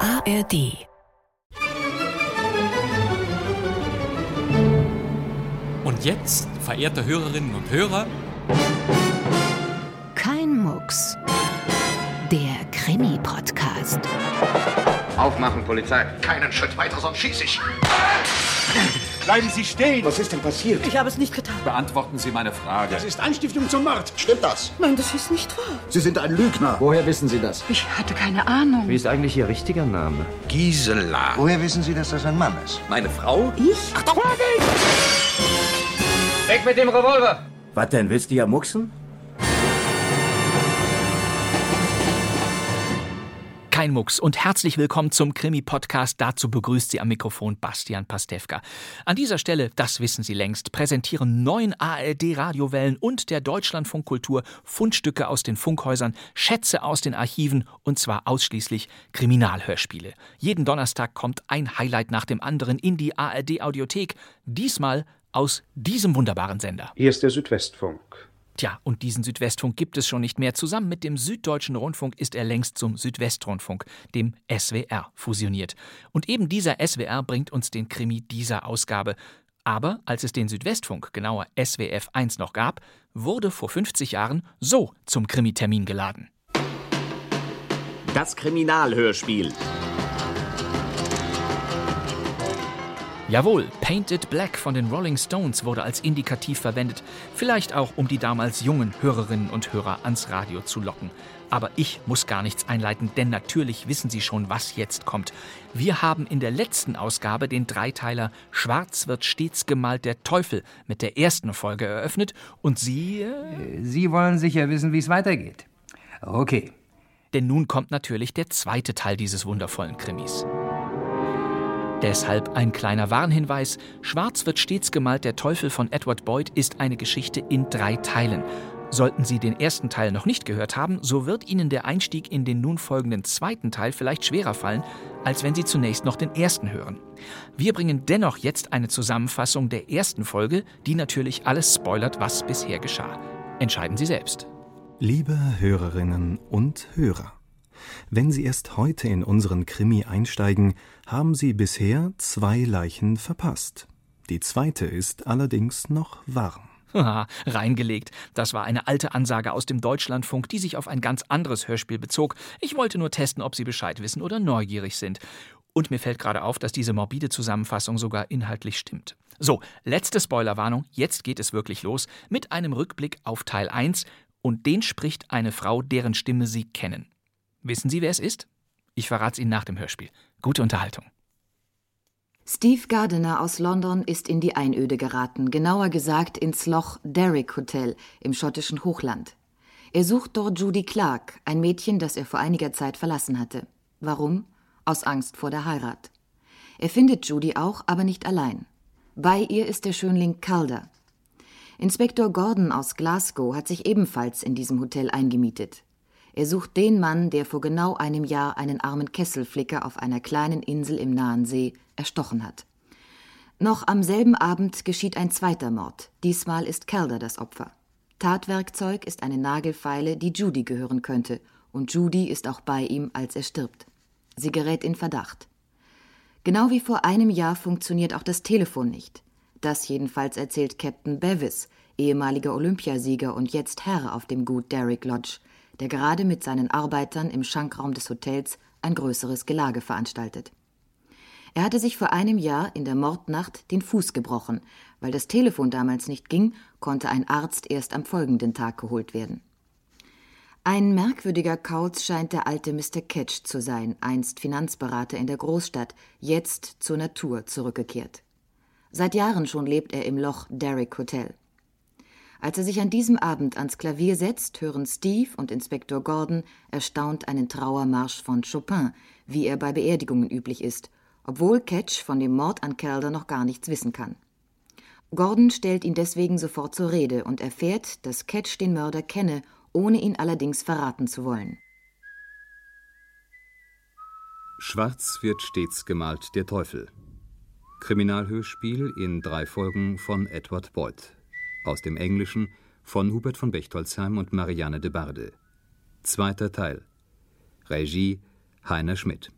ARD. Und jetzt, verehrte Hörerinnen und Hörer, Kein Mucks. Der Krimi-Podcast. Aufmachen, Polizei. Keinen Schritt weiter, sonst schieße ich. Bleiben Sie stehen! Was ist denn passiert? Ich habe es nicht getan. beantworten Sie meine Frage. Das ist Anstiftung zum Mord! Stimmt das? Nein, das ist nicht wahr. Sie sind ein Lügner. Woher wissen Sie das? Ich hatte keine Ahnung. Wie ist eigentlich Ihr richtiger Name? Gisela. Woher wissen Sie, dass das ein Mann ist? Meine Frau? Weg mit dem Revolver! Was denn, willst du ja mucksen? Kein Mucks und herzlich willkommen zum Krimi-Podcast. Dazu begrüßt Sie am Mikrofon Bastian Pastewka. An dieser Stelle, das wissen Sie längst, präsentieren neun ARD-Radiowellen und der Deutschlandfunk Kultur Fundstücke aus den Funkhäusern, Schätze aus den Archiven und zwar ausschließlich Kriminalhörspiele. Jeden Donnerstag kommt ein Highlight nach dem anderen in die ARD-Audiothek, diesmal aus diesem wunderbaren Sender. Hier ist der Südwestfunk. Tja, und diesen Südwestfunk gibt es schon nicht mehr. Zusammen mit dem Süddeutschen Rundfunk ist er längst zum Südwestrundfunk, dem SWR, fusioniert. Und eben dieser SWR bringt uns den Krimi dieser Ausgabe. Aber als es den Südwestfunk, genauer SWF 1, noch gab, wurde vor 50 Jahren so zum Krimi-Termin geladen. Das Kriminalhörspiel. Jawohl, Painted Black von den Rolling Stones wurde als Indikativ verwendet, vielleicht auch um die damals jungen Hörerinnen und Hörer ans Radio zu locken. Aber ich muss gar nichts einleiten, denn natürlich wissen Sie schon, was jetzt kommt. Wir haben in der letzten Ausgabe den Dreiteiler Schwarz wird stets gemalt der Teufel mit der ersten Folge eröffnet und Sie. Äh, Sie wollen sicher wissen, wie es weitergeht. Okay. denn nun kommt natürlich der zweite Teil dieses wundervollen Krimis. Deshalb ein kleiner Warnhinweis. Schwarz wird stets gemalt der Teufel von Edward Boyd ist eine Geschichte in drei Teilen. Sollten Sie den ersten Teil noch nicht gehört haben, so wird Ihnen der Einstieg in den nun folgenden zweiten Teil vielleicht schwerer fallen, als wenn Sie zunächst noch den ersten hören. Wir bringen dennoch jetzt eine Zusammenfassung der ersten Folge, die natürlich alles spoilert, was bisher geschah. Entscheiden Sie selbst. Liebe Hörerinnen und Hörer, wenn Sie erst heute in unseren Krimi einsteigen, haben Sie bisher zwei Leichen verpasst. Die zweite ist allerdings noch warm. Haha, reingelegt. Das war eine alte Ansage aus dem Deutschlandfunk, die sich auf ein ganz anderes Hörspiel bezog. Ich wollte nur testen, ob Sie Bescheid wissen oder neugierig sind. Und mir fällt gerade auf, dass diese morbide Zusammenfassung sogar inhaltlich stimmt. So, letzte Spoilerwarnung, jetzt geht es wirklich los mit einem Rückblick auf Teil 1 und den spricht eine Frau, deren Stimme Sie kennen. Wissen Sie, wer es ist? Ich verrate es Ihnen nach dem Hörspiel. Gute Unterhaltung. Steve Gardiner aus London ist in die Einöde geraten, genauer gesagt ins Loch Derrick Hotel im schottischen Hochland. Er sucht dort Judy Clark, ein Mädchen, das er vor einiger Zeit verlassen hatte. Warum? Aus Angst vor der Heirat. Er findet Judy auch, aber nicht allein. Bei ihr ist der Schönling Calder. Inspektor Gordon aus Glasgow hat sich ebenfalls in diesem Hotel eingemietet. Er sucht den Mann, der vor genau einem Jahr einen armen Kesselflicker auf einer kleinen Insel im nahen See erstochen hat. Noch am selben Abend geschieht ein zweiter Mord. Diesmal ist Calder das Opfer. Tatwerkzeug ist eine Nagelfeile, die Judy gehören könnte, und Judy ist auch bei ihm, als er stirbt. Sie gerät in Verdacht. Genau wie vor einem Jahr funktioniert auch das Telefon nicht. Das jedenfalls erzählt Captain Bevis, ehemaliger Olympiasieger und jetzt Herr auf dem Gut Derrick Lodge, der gerade mit seinen Arbeitern im Schankraum des Hotels ein größeres Gelage veranstaltet. Er hatte sich vor einem Jahr in der Mordnacht den Fuß gebrochen. Weil das Telefon damals nicht ging, konnte ein Arzt erst am folgenden Tag geholt werden. Ein merkwürdiger Kauz scheint der alte Mr. Ketch zu sein, einst Finanzberater in der Großstadt, jetzt zur Natur zurückgekehrt. Seit Jahren schon lebt er im Loch Derrick Hotel. Als er sich an diesem Abend ans Klavier setzt, hören Steve und Inspektor Gordon erstaunt einen Trauermarsch von Chopin, wie er bei Beerdigungen üblich ist, obwohl Ketch von dem Mord an Calder noch gar nichts wissen kann. Gordon stellt ihn deswegen sofort zur Rede und erfährt, dass Ketch den Mörder kenne, ohne ihn allerdings verraten zu wollen. Schwarz wird stets gemalt der Teufel. Kriminalhörspiel in drei Folgen von Edward Boyd. Aus dem Englischen von Hubert von Bechtolzheim und Marianne de Barde. Zweiter Teil. Regie Heiner Schmidt.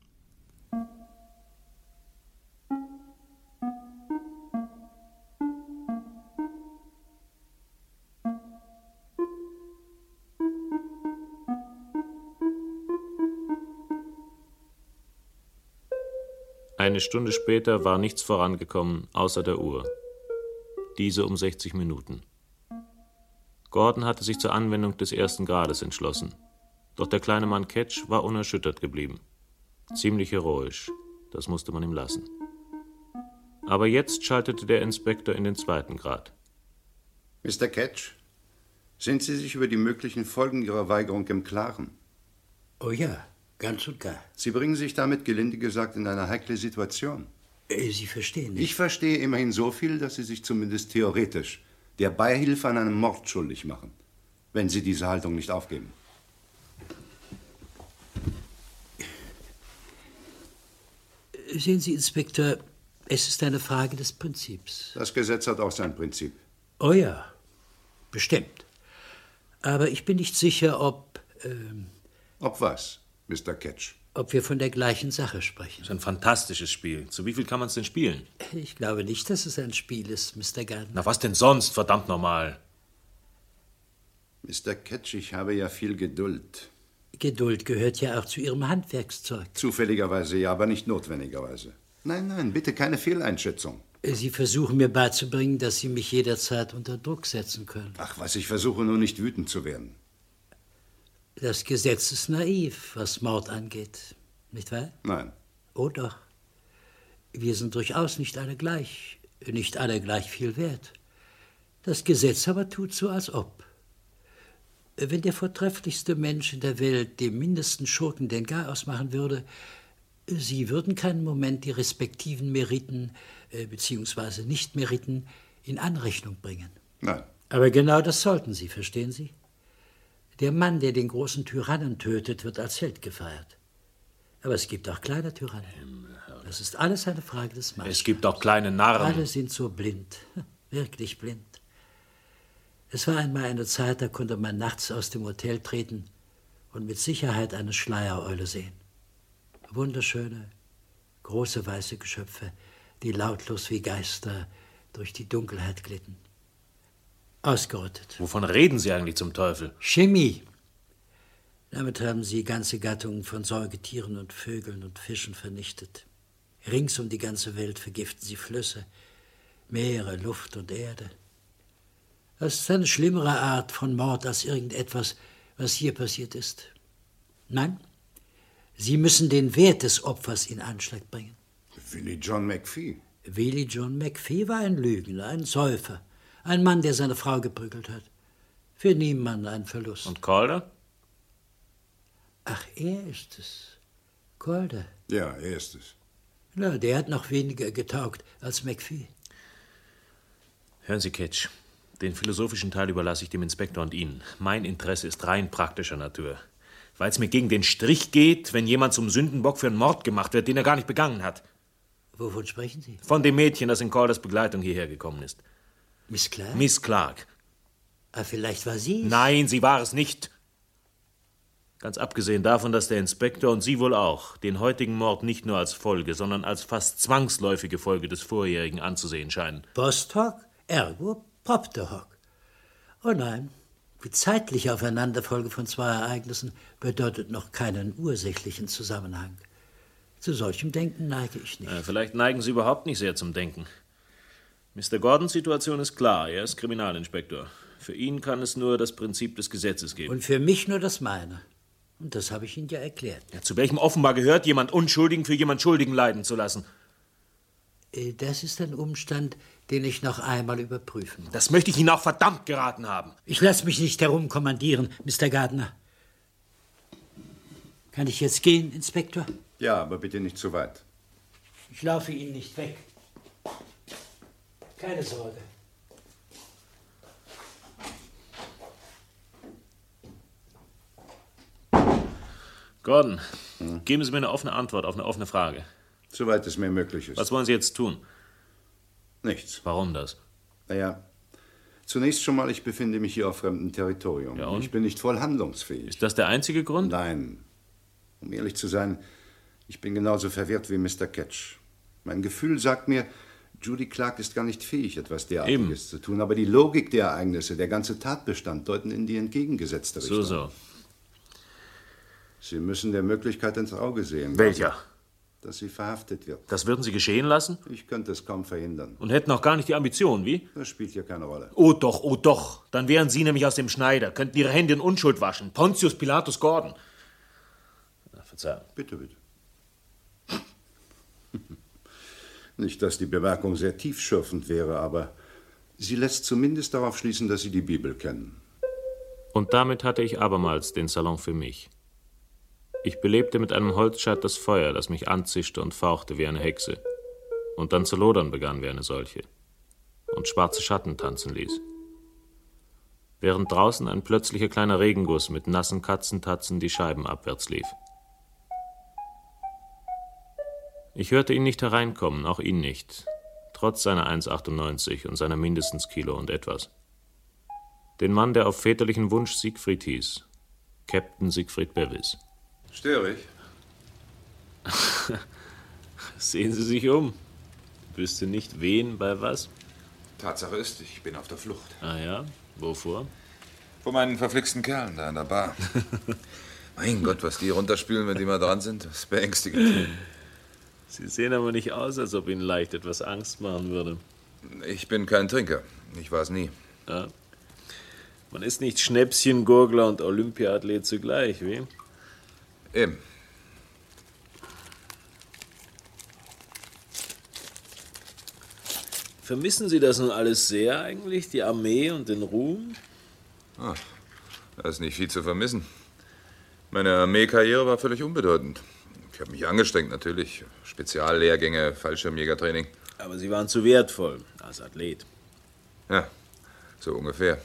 Eine Stunde später war nichts vorangekommen, außer der Uhr. Diese um 60 Minuten. Gordon hatte sich zur Anwendung des ersten Grades entschlossen. Doch der kleine Mann Ketch war unerschüttert geblieben. Ziemlich heroisch. Das musste man ihm lassen. Aber jetzt schaltete der Inspektor in den zweiten Grad. Mr. Ketch, sind Sie sich über die möglichen Folgen Ihrer Weigerung im Klaren? Oh ja, ganz und gar. Sie bringen sich damit, gelinde gesagt, in eine heikle Situation. Äh, Sie verstehen nicht. Ich verstehe immerhin so viel, dass Sie sich zumindest theoretisch der Beihilfe an einem Mord schuldig machen, wenn Sie diese Haltung nicht aufgeben. Sehen Sie, Inspektor, es ist eine Frage des Prinzips. Das Gesetz hat auch sein Prinzip. Oh ja, bestimmt. Aber ich bin nicht sicher, ob. Ähm, ob was, Mr. Ketch? Ob wir von der gleichen Sache sprechen. Das ist ein fantastisches Spiel. Zu wie viel kann man es denn spielen? Ich glaube nicht, dass es ein Spiel ist, Mr. Gardner. Na, was denn sonst? Verdammt normal. Mr. Ketch, ich habe ja viel Geduld. Geduld gehört ja auch zu Ihrem Handwerkszeug. Zufälligerweise ja, aber nicht notwendigerweise. Nein, nein, bitte keine Fehleinschätzung. Sie versuchen mir beizubringen, dass Sie mich jederzeit unter Druck setzen können. Ach was, ich versuche nur nicht wütend zu werden. Das Gesetz ist naiv, was Mord angeht. Nicht wahr? Nein. Oh doch. Wir sind durchaus nicht alle gleich, nicht alle gleich viel wert. Das Gesetz aber tut so, als ob. Wenn der vortrefflichste Mensch in der Welt dem mindesten Schurken den Garaus machen würde, Sie würden keinen Moment die respektiven Meriten äh, bzw. Nicht-Meriten in Anrechnung bringen. Nein. Aber genau das sollten Sie, verstehen Sie? Der Mann, der den großen Tyrannen tötet, wird als Held gefeiert. Aber es gibt auch kleine Tyrannen. Das ist alles eine Frage des Maßstabs. Es gibt auch kleine Narren. Alle sind so blind, wirklich blind. Es war einmal eine Zeit, da konnte man nachts aus dem Hotel treten und mit Sicherheit eine Schleiereule sehen. Wunderschöne, große weiße Geschöpfe, die lautlos wie Geister durch die Dunkelheit glitten. Ausgerottet. Wovon reden Sie eigentlich zum Teufel? Chemie. Damit haben sie ganze Gattungen von Säugetieren und Vögeln und Fischen vernichtet. Rings um die ganze Welt vergiften sie Flüsse, Meere, Luft und Erde. Das ist eine schlimmere Art von Mord als irgendetwas, was hier passiert ist. Nein, Sie müssen den Wert des Opfers in Anschlag bringen. Willie John McPhee. Willie John McPhee war ein Lügner, ein Säufer, ein Mann, der seine Frau geprügelt hat. Für niemanden ein Verlust. Und Calder? Ach, er ist es. Calder. Ja, er ist es. Na, der hat noch weniger getaugt als McPhee. Hören Sie, Ketch. Den philosophischen Teil überlasse ich dem Inspektor und Ihnen. Mein Interesse ist rein praktischer Natur weil es mir gegen den Strich geht, wenn jemand zum Sündenbock für einen Mord gemacht wird, den er gar nicht begangen hat. Wovon sprechen Sie? Von dem Mädchen, das in Calders Begleitung hierher gekommen ist. Miss Clark? Miss Clark. Aber vielleicht war sie es. Nein, sie war es nicht. Ganz abgesehen davon, dass der Inspektor und Sie wohl auch den heutigen Mord nicht nur als Folge, sondern als fast zwangsläufige Folge des vorjährigen anzusehen scheinen. Post hoc, ergo propter hoc. Oh nein, die zeitliche Aufeinanderfolge von zwei Ereignissen bedeutet noch keinen ursächlichen Zusammenhang. Zu solchem Denken neige ich nicht. Ja, Äh, vielleicht neigen Sie überhaupt nicht sehr zum Denken. Mr. Gordons Situation ist klar. Er ist Kriminalinspektor. Für ihn kann es nur das Prinzip des Gesetzes geben. Und für mich nur das meine. Und das habe ich Ihnen ja erklärt. Ja, zu welchem offenbar gehört, jemand Unschuldigen für jemand Schuldigen leiden zu lassen? Äh, Das ist ein Umstand, den ich noch einmal überprüfen muss. Das möchte ich Ihnen auch verdammt geraten haben. Ich lasse mich nicht herumkommandieren, Mr. Gardner. Kann ich jetzt gehen, Inspektor? Ja, aber bitte nicht zu weit. Ich laufe Ihnen nicht weg. Keine Sorge. Gordon, hm? geben Sie mir eine offene Antwort auf eine offene Frage. Soweit es mir möglich ist. Was wollen Sie jetzt tun? Nichts. Warum das? Naja, zunächst schon mal, ich befinde mich hier auf fremdem Territorium. Ja, und? Ich bin nicht voll handlungsfähig. Ist das der einzige Grund? Nein. Um ehrlich zu sein, ich bin genauso verwirrt wie Mr. Ketch. Mein Gefühl sagt mir, Judy Clark ist gar nicht fähig, etwas derartiges Eben. zu tun. Aber die Logik der Ereignisse, der ganze Tatbestand deuten in die entgegengesetzte Richtung. So, so. Sie müssen der Möglichkeit ins Auge sehen. Welcher? dass sie verhaftet wird. Das würden Sie geschehen lassen? Ich könnte es kaum verhindern. Und hätten auch gar nicht die Ambition, wie? Das spielt hier keine Rolle. Oh doch, oh doch. Dann wären Sie nämlich aus dem Schneider, könnten Ihre Hände in Unschuld waschen. Pontius Pilatus Gordon. Na, Verzeihung. Bitte, bitte. Nicht, dass die Bemerkung sehr tiefschürfend wäre, aber sie lässt zumindest darauf schließen, dass Sie die Bibel kennen. Und damit hatte ich abermals den Salon für mich. Ich belebte mit einem Holzscheit das Feuer, das mich anzischte und fauchte wie eine Hexe. Und dann zu lodern begann wie eine solche. Und schwarze Schatten tanzen ließ. Während draußen ein plötzlicher kleiner Regenguss mit nassen Katzentatzen die Scheiben abwärts lief. Ich hörte ihn nicht hereinkommen, auch ihn nicht, trotz seiner 1,98 und seiner mindestens Kilo und etwas. Den Mann, der auf väterlichen Wunsch Siegfried hieß, Captain Siegfried Bevis. Störe ich? Sehen Sie sich um. Ich wüsste nicht, wen bei was. Tatsache ist, ich bin auf der Flucht. Ah ja, wovor? Vor meinen verflixten Kerlen da in der Bar. mein Gott, was die runterspülen, wenn die mal dran sind, das ist beängstigend. Sie sehen aber nicht aus, als ob Ihnen leicht etwas Angst machen würde. Ich bin kein Trinker. Ich war es nie. Ja. Man ist nicht Schnäpschen, Gurgler und Olympiaathlet zugleich, wie? Eben. Vermissen Sie das nun alles sehr eigentlich, die Armee und den Ruhm? Ah, da ist nicht viel zu vermissen. Meine Armeekarriere war völlig unbedeutend. Ich habe mich angestrengt, natürlich. Speziallehrgänge, Fallschirmjägertraining. Aber Sie waren zu wertvoll als Athlet. Ja, so ungefähr.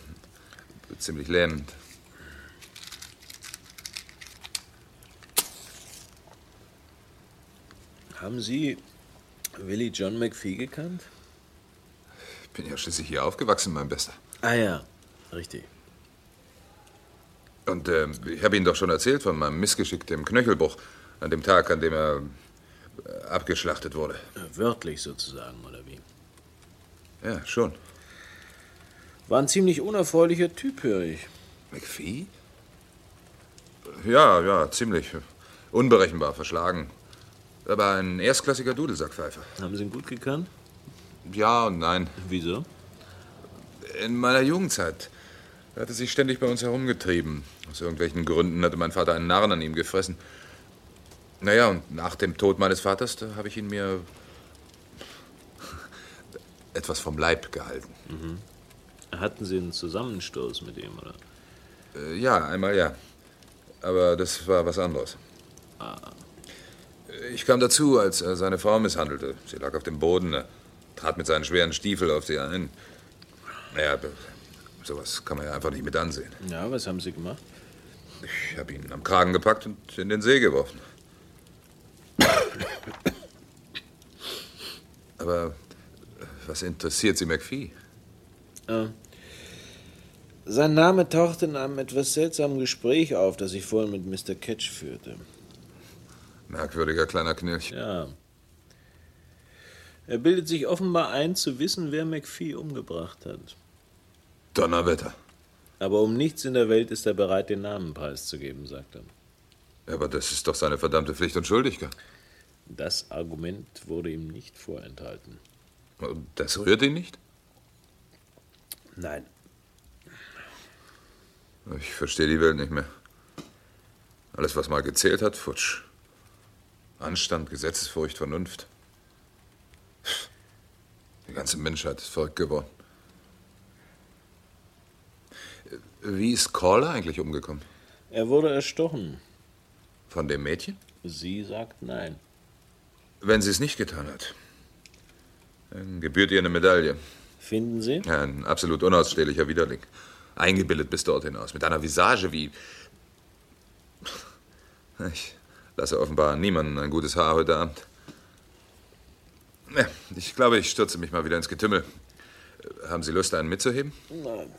Ziemlich lähmend. Haben Sie Willie John McPhee gekannt? Ich bin ja schließlich hier aufgewachsen, mein Bester. Ah ja, richtig. Und ähm, ich habe Ihnen doch schon erzählt von meinem Missgeschick, dem Knöchelbruch, an dem Tag, an dem er äh, abgeschlachtet wurde. Äh, Wörtlich sozusagen, oder wie? Ja, schon. War ein ziemlich unerfreulicher Typ, höre ich. McPhee? Ja, ja, ziemlich. Unberechenbar, verschlagen. Aber ein erstklassiger Dudelsackpfeifer. Haben Sie ihn gut gekannt? Ja und nein. Wieso? In meiner Jugendzeit. Er hatte sich ständig bei uns herumgetrieben. Aus irgendwelchen Gründen hatte mein Vater einen Narren an ihm gefressen. Naja, und nach dem Tod meines Vaters da habe ich ihn mir etwas vom Leib gehalten. Mhm. Hatten Sie einen Zusammenstoß mit ihm, oder? Äh, Ja, einmal ja. Aber das war was anderes. Ah. Äh, Ich kam dazu, als er seine Frau misshandelte. Sie lag auf dem Boden, er trat mit seinen schweren Stiefeln auf sie ein. Naja, be- sowas kann man ja einfach nicht mit ansehen. Ja, was haben Sie gemacht? Ich habe ihn am Kragen gepackt und in den See geworfen. Aber äh, was interessiert Sie McPhee? Äh, sein Name tauchte in einem etwas seltsamen Gespräch auf, das ich vorhin mit Mr. Ketch führte. Merkwürdiger kleiner Knirsch. Ja. Er bildet sich offenbar ein, zu wissen, wer McPhee umgebracht hat. Donnerwetter. Aber um nichts in der Welt ist er bereit, den Namen preiszugeben, sagt er. Aber das ist doch seine verdammte Pflicht und Schuldigkeit. Das Argument wurde ihm nicht vorenthalten. Und das rührt ihn nicht? Nein. Ich verstehe die Welt nicht mehr. Alles, was mal gezählt hat, futsch. Anstand, Gesetzesfurcht, Vernunft. Die ganze Menschheit ist verrückt geworden. Wie ist Caller eigentlich umgekommen? Er wurde erstochen. Von dem Mädchen? Sie sagt nein. Wenn sie es nicht getan hat, dann gebührt ihr eine Medaille. Finden Sie? Ja, ein absolut unausstehlicher Widerling. Eingebildet bis dorthin aus, mit einer Visage wie. Ich lasse offenbar niemanden ein gutes Haar heute Abend. Ja, Ich glaube, ich stürze mich mal wieder ins Getümmel. Äh, Haben Sie Lust, einen mitzuheben? Nein.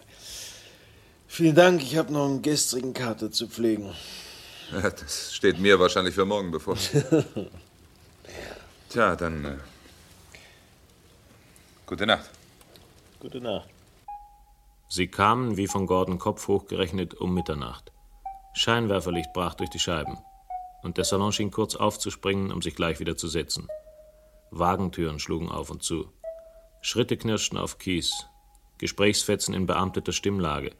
Vielen Dank, ich habe noch einen gestrigen Kater zu pflegen. Ja, Das steht mir wahrscheinlich für morgen bevor. Tja, dann. äh, Gute Nacht. Gute Nacht. Sie kamen, wie von Gordon Kopf hochgerechnet, um Mitternacht. Scheinwerferlicht brach durch die Scheiben. und der Salon schien kurz aufzuspringen, um sich gleich wieder zu setzen. Wagentüren schlugen auf und zu. Schritte knirschten auf Kies. Gesprächsfetzen in beamteter Stimmlage.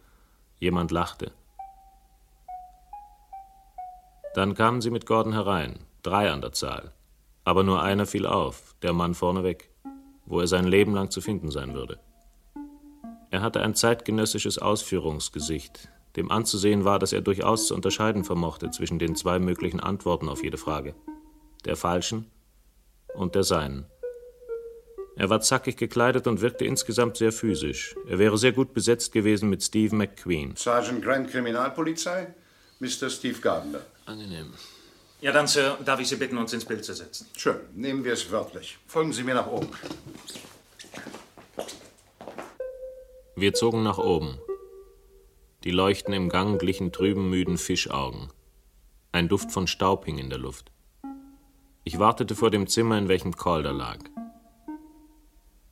Jemand lachte. Dann kamen sie mit Gordon herein, drei an der Zahl. Aber nur einer fiel auf, der Mann vorneweg, wo er sein Leben lang zu finden sein würde. Er hatte ein zeitgenössisches Ausführungsgesicht, dem anzusehen war, dass er durchaus zu unterscheiden vermochte zwischen den zwei möglichen Antworten auf jede Frage, der falschen und der seinen. Er war zackig gekleidet und wirkte insgesamt sehr physisch. Er wäre sehr gut besetzt gewesen mit Steve McQueen. Sergeant Grand Kriminalpolizei, Mr. Steve Gardner. Angenehm. Ja, dann, Sir, darf ich Sie bitten, uns ins Bild zu setzen. Schön, nehmen wir es wörtlich. Folgen Sie mir nach oben. Wir zogen nach oben. Die Leuchten im Gang glichen trüben, müden Fischaugen. Ein Duft von Staub hing in der Luft. Ich wartete vor dem Zimmer, in welchem Calder lag.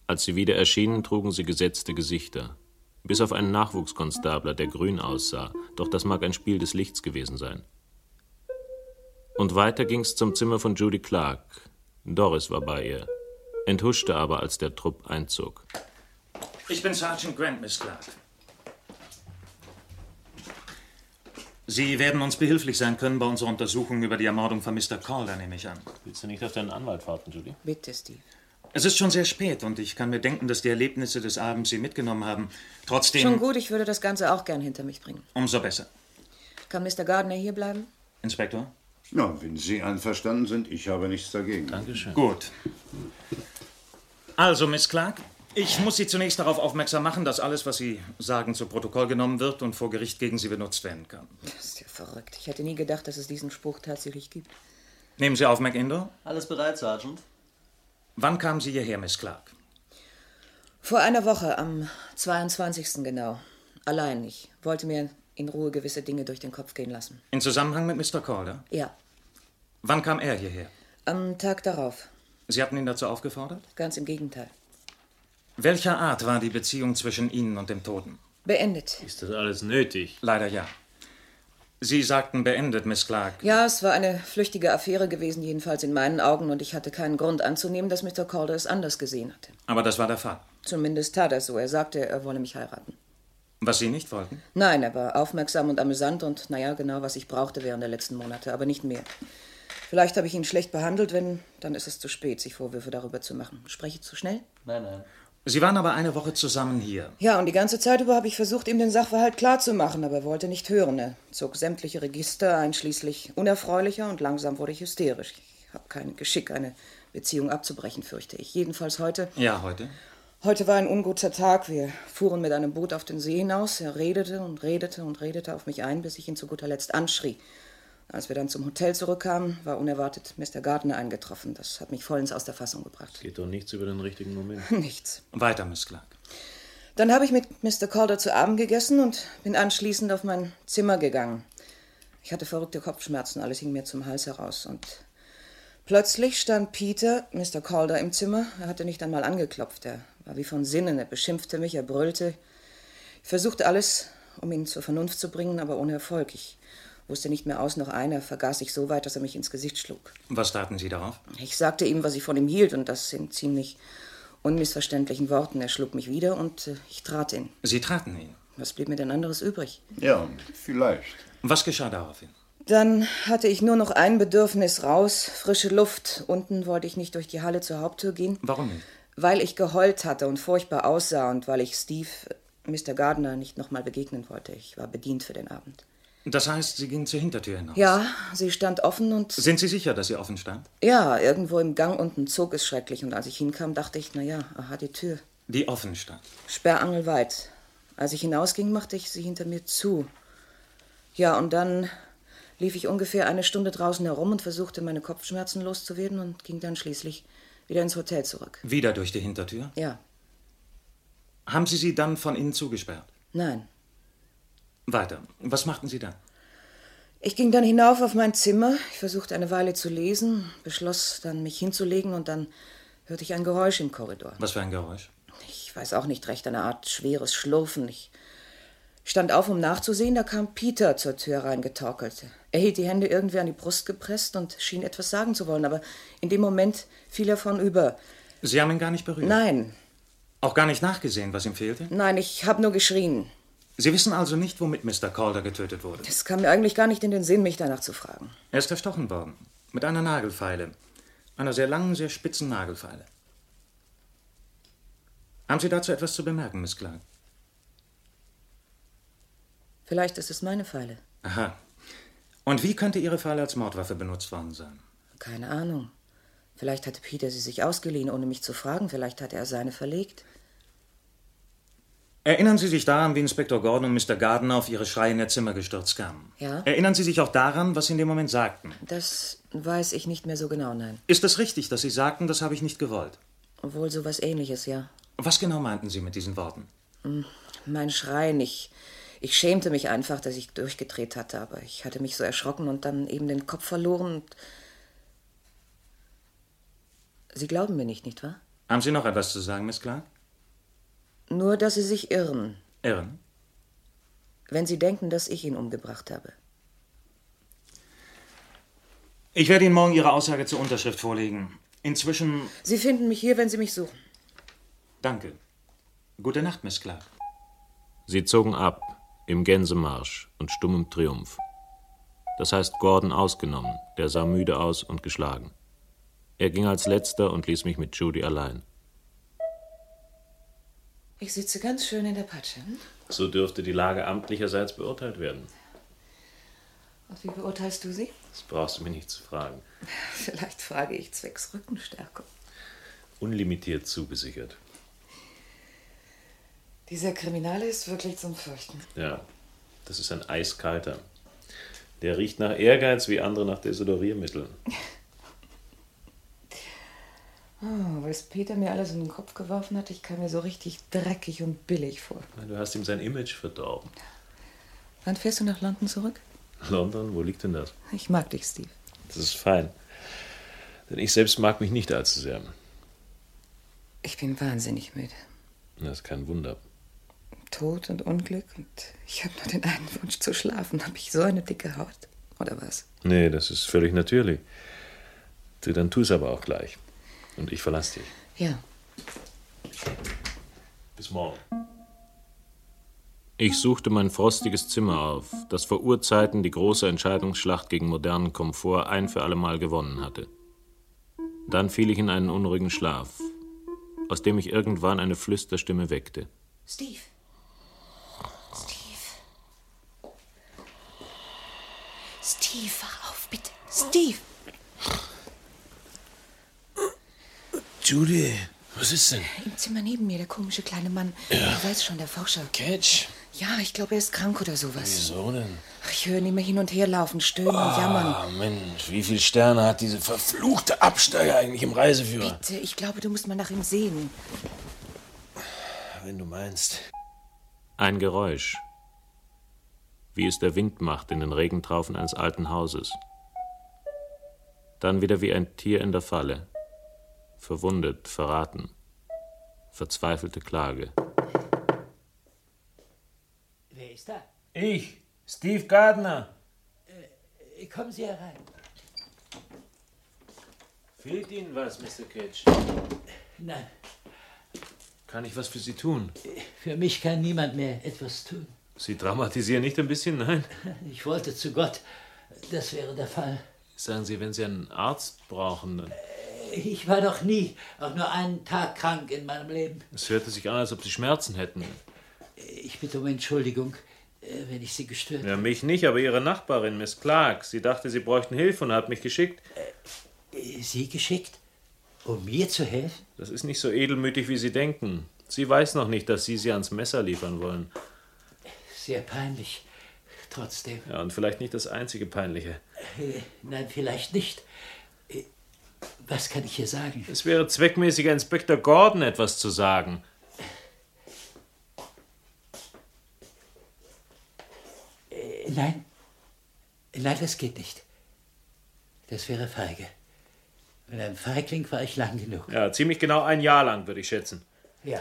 Als sie wieder erschienen, trugen sie gesetzte Gesichter. Bis auf einen Nachwuchskonstabler, der grün aussah, doch das mag ein Spiel des Lichts gewesen sein. Und weiter ging's zum Zimmer von Judy Clark. Doris war bei ihr, enthuschte aber, als der Trupp einzog. Ich bin Sergeant Grant, Miss Clark. Sie werden uns behilflich sein können bei unserer Untersuchung über die Ermordung von Mr. Calder, nehme ich an. Willst du nicht auf deinen Anwalt warten, Judy? Bitte, Steve. Es ist schon sehr spät und ich kann mir denken, dass die Erlebnisse des Abends Sie mitgenommen haben. Trotzdem, Schon gut, ich würde das Ganze auch gern hinter mich bringen. umso besser. Kann Mr. Gardner hier bleiben? Inspektor? Na, wenn Sie einverstanden sind, ich habe nichts dagegen. Dankeschön. Gut. Also, Miss Clark, ich muss Sie zunächst darauf aufmerksam machen, dass alles, was Sie sagen, zu Protokoll genommen wird und vor Gericht gegen Sie benutzt werden kann. Das ist ja verrückt. Ich hätte nie gedacht, dass es diesen Spruch tatsächlich gibt. Nehmen Sie auf, McIndo. Alles bereit, Sergeant? Wann kamen Sie hierher, Miss Clark? Vor einer Woche, am 22. genau. Allein. Ich wollte mir in Ruhe gewisse Dinge durch den Kopf gehen lassen. In Zusammenhang mit Mr. Calder? Ja, Wann kam er hierher? am Tag darauf. Sie hatten ihn dazu aufgefordert? Ganz im Gegenteil. Welcher Art war die Beziehung zwischen Ihnen und dem Toten? Beendet. Ist das alles nötig? Leider ja. Sie sagten beendet, Miss Clark. Ja, es war eine flüchtige Affäre gewesen, jedenfalls in meinen Augen, und ich hatte keinen Grund anzunehmen, dass Mr. Calder es anders gesehen hat. Aber das war der Fall. Zumindest tat er so. Er sagte, er wolle mich heiraten. Was Sie nicht wollten? Nein, er war aufmerksam und amüsant und naja, genau, was ich brauchte während der letzten Monate, aber nicht mehr. Vielleicht habe ich ihn schlecht behandelt, wenn, dann ist es zu spät, sich Vorwürfe darüber zu machen. Spreche ich zu schnell? Nein, nein. Sie waren aber eine Woche zusammen hier. Ja, und die ganze Zeit über habe ich versucht, ihm den Sachverhalt klarzumachen, aber er wollte nicht hören. Er zog sämtliche Register, einschließlich unerfreulicher, und langsam wurde ich hysterisch. Ich habe kein Geschick, eine Beziehung abzubrechen, fürchte ich. Jedenfalls heute. Ja, heute? Heute war ein unguter Tag. Wir fuhren mit einem Boot auf den See hinaus. Er redete und redete und redete auf mich ein, bis ich ihn zu guter Letzt anschrie. Als wir dann zum Hotel zurückkamen, war unerwartet Mr. Gardner eingetroffen. Das hat mich vollends aus der Fassung gebracht. Geht doch nichts über den richtigen Moment. Nichts. Weiter, Miss Clark. Dann habe ich mit Mr. Calder zu Abend gegessen und bin anschließend auf mein Zimmer gegangen. Ich hatte verrückte Kopfschmerzen, alles hing mir zum Hals heraus. Und plötzlich stand Peter, Mr. Calder, im Zimmer. Er hatte nicht einmal angeklopft. Er war wie von Sinnen. Er beschimpfte mich, er brüllte. Ich versuchte alles, um ihn zur Vernunft zu bringen, aber ohne Erfolg. Ich wusste nicht mehr aus noch ein. Er vergaß ich so weit, dass er mich ins Gesicht schlug. Was taten Sie darauf? Ich sagte ihm, was ich von ihm hielt, und das in ziemlich unmissverständlichen Worten. Er schlug mich wieder und äh, ich trat ihn. Sie traten ihn. Was blieb mir denn anderes übrig? Ja, vielleicht. Was geschah daraufhin? Dann hatte ich nur noch ein Bedürfnis raus, frische Luft. Unten wollte ich nicht durch die Halle zur Haupttür gehen, Warum nicht? weil ich geheult hatte und furchtbar aussah und weil ich Steve, äh, Mr. Gardner, nicht nochmal begegnen wollte. Ich war bedient für den Abend. Das heißt, Sie gingen zur Hintertür hinaus. Ja, sie stand offen und Sind Sie sicher, dass sie offen stand? ja, irgendwo im Gang unten zog es schrecklich und als ich hinkam, dachte ich, na ja, aha, die Tür. Die offen stand. Sperrangelweit. Als ich hinausging, machte ich sie hinter mir zu. Ja, und dann lief ich ungefähr eine Stunde draußen herum und versuchte, meine Kopfschmerzen loszuwerden und ging dann schließlich wieder ins Hotel zurück. Wieder durch die Hintertür? Ja, Haben Sie sie dann von innen zugesperrt? nein. Weiter. Was machten Sie dann? Ich ging dann hinauf auf mein Zimmer. Ich versuchte eine Weile zu lesen, beschloss dann, mich hinzulegen und dann hörte ich ein Geräusch im Korridor. Was für ein Geräusch? Ich weiß auch nicht recht, eine Art schweres Schlurfen. Ich stand auf, um nachzusehen, da kam Peter zur Tür reingetorkelt. Er hielt die Hände irgendwie an die Brust gepresst und schien etwas sagen zu wollen, aber in dem Moment fiel er von über. Sie haben ihn gar nicht berührt? Nein, Auch gar nicht nachgesehen, was ihm fehlte? nein, ich habe nur geschrien. Sie wissen also nicht, womit Mr. Calder getötet wurde. Es kam mir eigentlich gar nicht in den Sinn, mich danach zu fragen. Er ist erstochen worden. Mit einer Nagelfeile. Einer sehr langen, sehr spitzen Nagelfeile. Haben Sie dazu etwas zu bemerken, Miss Clark? Vielleicht ist es meine Feile. Aha. Und wie könnte Ihre Feile als Mordwaffe benutzt worden sein? Keine Ahnung. Vielleicht hatte Peter sie sich ausgeliehen, ohne mich zu fragen. Vielleicht hatte er seine verlegt. Erinnern Sie sich daran, wie Inspektor Gordon und Mr. Gardner auf Ihre Schreie in Ihr Zimmer gestürzt kamen? Ja? Erinnern Sie sich auch daran, was Sie in dem Moment sagten? Das weiß ich nicht mehr so genau, nein. Ist es richtig, dass Sie sagten, das habe ich nicht gewollt? Obwohl sowas ähnliches, ja. Was genau meinten Sie mit diesen Worten? Hm, Mein Schreien, ich, ich schämte mich einfach, dass ich durchgedreht hatte, aber ich hatte mich so erschrocken und dann eben den Kopf verloren. Und Sie glauben mir nicht, nicht wahr? Haben Sie noch etwas zu sagen, Miss Clark? Nur, dass Sie sich irren, Irren. wenn Sie denken, dass ich ihn umgebracht habe. Ich werde Ihnen morgen Ihre Aussage zur Unterschrift vorlegen. Inzwischen Sie finden mich hier, wenn Sie mich suchen. danke. Gute Nacht, Miss Clark. Sie zogen ab, im Gänsemarsch und stummem Triumph. Das heißt Gordon ausgenommen, der sah müde aus und geschlagen. Er ging als letzter und ließ mich mit Judy allein. Ich sitze ganz schön in der Patsche. hm? So dürfte die Lage amtlicherseits beurteilt werden. Und wie beurteilst du sie? Das brauchst du mir nicht zu fragen. Vielleicht frage ich zwecks Rückenstärkung. Unlimitiert zugesichert. Dieser Kriminale ist wirklich zum Fürchten. Ja, das ist ein eiskalter. Der riecht nach Ehrgeiz wie andere nach Desoloriermitteln. Oh, was Peter mir alles in den Kopf geworfen hat, ich kam mir so richtig dreckig und billig vor. Du hast ihm sein Image verdorben. Wann fährst du nach London zurück? London, wo liegt denn das? Ich mag dich, Steve. Das ist fein. Denn ich selbst mag mich nicht allzu sehr. Ich bin wahnsinnig müde. Das ist kein Wunder. Tod und Unglück und ich habe nur den einen Wunsch zu schlafen. Habe ich so eine dicke Haut? Oder was? Nee, das ist völlig natürlich. Du, dann tu es aber auch gleich. Und ich verlasse dich. Ja. Bis morgen. Ich suchte mein frostiges Zimmer auf, das vor Urzeiten die große Entscheidungsschlacht gegen modernen Komfort ein für allemal gewonnen hatte. Dann fiel ich in einen unruhigen Schlaf, aus dem mich irgendwann eine Flüsterstimme weckte. Steve. Steve, wach auf, bitte. Steve. Judy, was ist denn? Im Zimmer neben mir, der komische kleine Mann. Ja. Du weißt schon, der Forscher. Catch? Ja, ich glaube, er ist krank oder sowas. Wieso denn? Ich höre ihn immer hin und her laufen, stöhnen, und Hm, jammern. Ah, Mensch, wie viele Sterne hat diese verfluchte Absteiger eigentlich im Reiseführer? Bitte, ich glaube, du musst mal nach ihm sehen. Wenn du meinst. Ein Geräusch, wie es der Wind macht in den Regentraufen eines alten Hauses. Dann wieder wie ein Tier in der Falle, verwundet, verraten, verzweifelte Klage. Wer ist da? Ich, Steve Gardner. Äh, Kommen Sie herein. Fehlt Ihnen was, Mr. Catch? Nein, Kann ich was für Sie tun? für mich kann niemand mehr etwas tun. Sie dramatisieren nicht ein bisschen, nein? Ich wollte zu Gott, das wäre der Fall. Sagen Sie, wenn Sie einen Arzt brauchen, dann. Ich war noch nie, auch nur einen Tag krank in meinem Leben. Es hörte sich an, als ob Sie Schmerzen hätten. Ich bitte um Entschuldigung, äh, wenn ich Sie gestört Ja, mich nicht, aber Ihre Nachbarin, Miss Clark. Sie dachte, Sie bräuchten Hilfe und hat mich geschickt. habe. Äh, Sie geschickt, um mir zu helfen? Das ist nicht so edelmütig, wie Sie denken. Sie weiß noch nicht, dass Sie sie ans Messer liefern wollen. Sehr peinlich, trotzdem. Ja, und vielleicht nicht das einzige Peinliche. Äh, Nein, vielleicht nicht. Äh, Was kann ich hier sagen? Es wäre zweckmäßiger, Inspektor Gordon etwas zu sagen. Äh, Nein, nein, das geht nicht. Das wäre feige. Mit einem Feigling war ich lang genug. Ja, ziemlich genau ein Jahr lang, würde ich schätzen. Ja,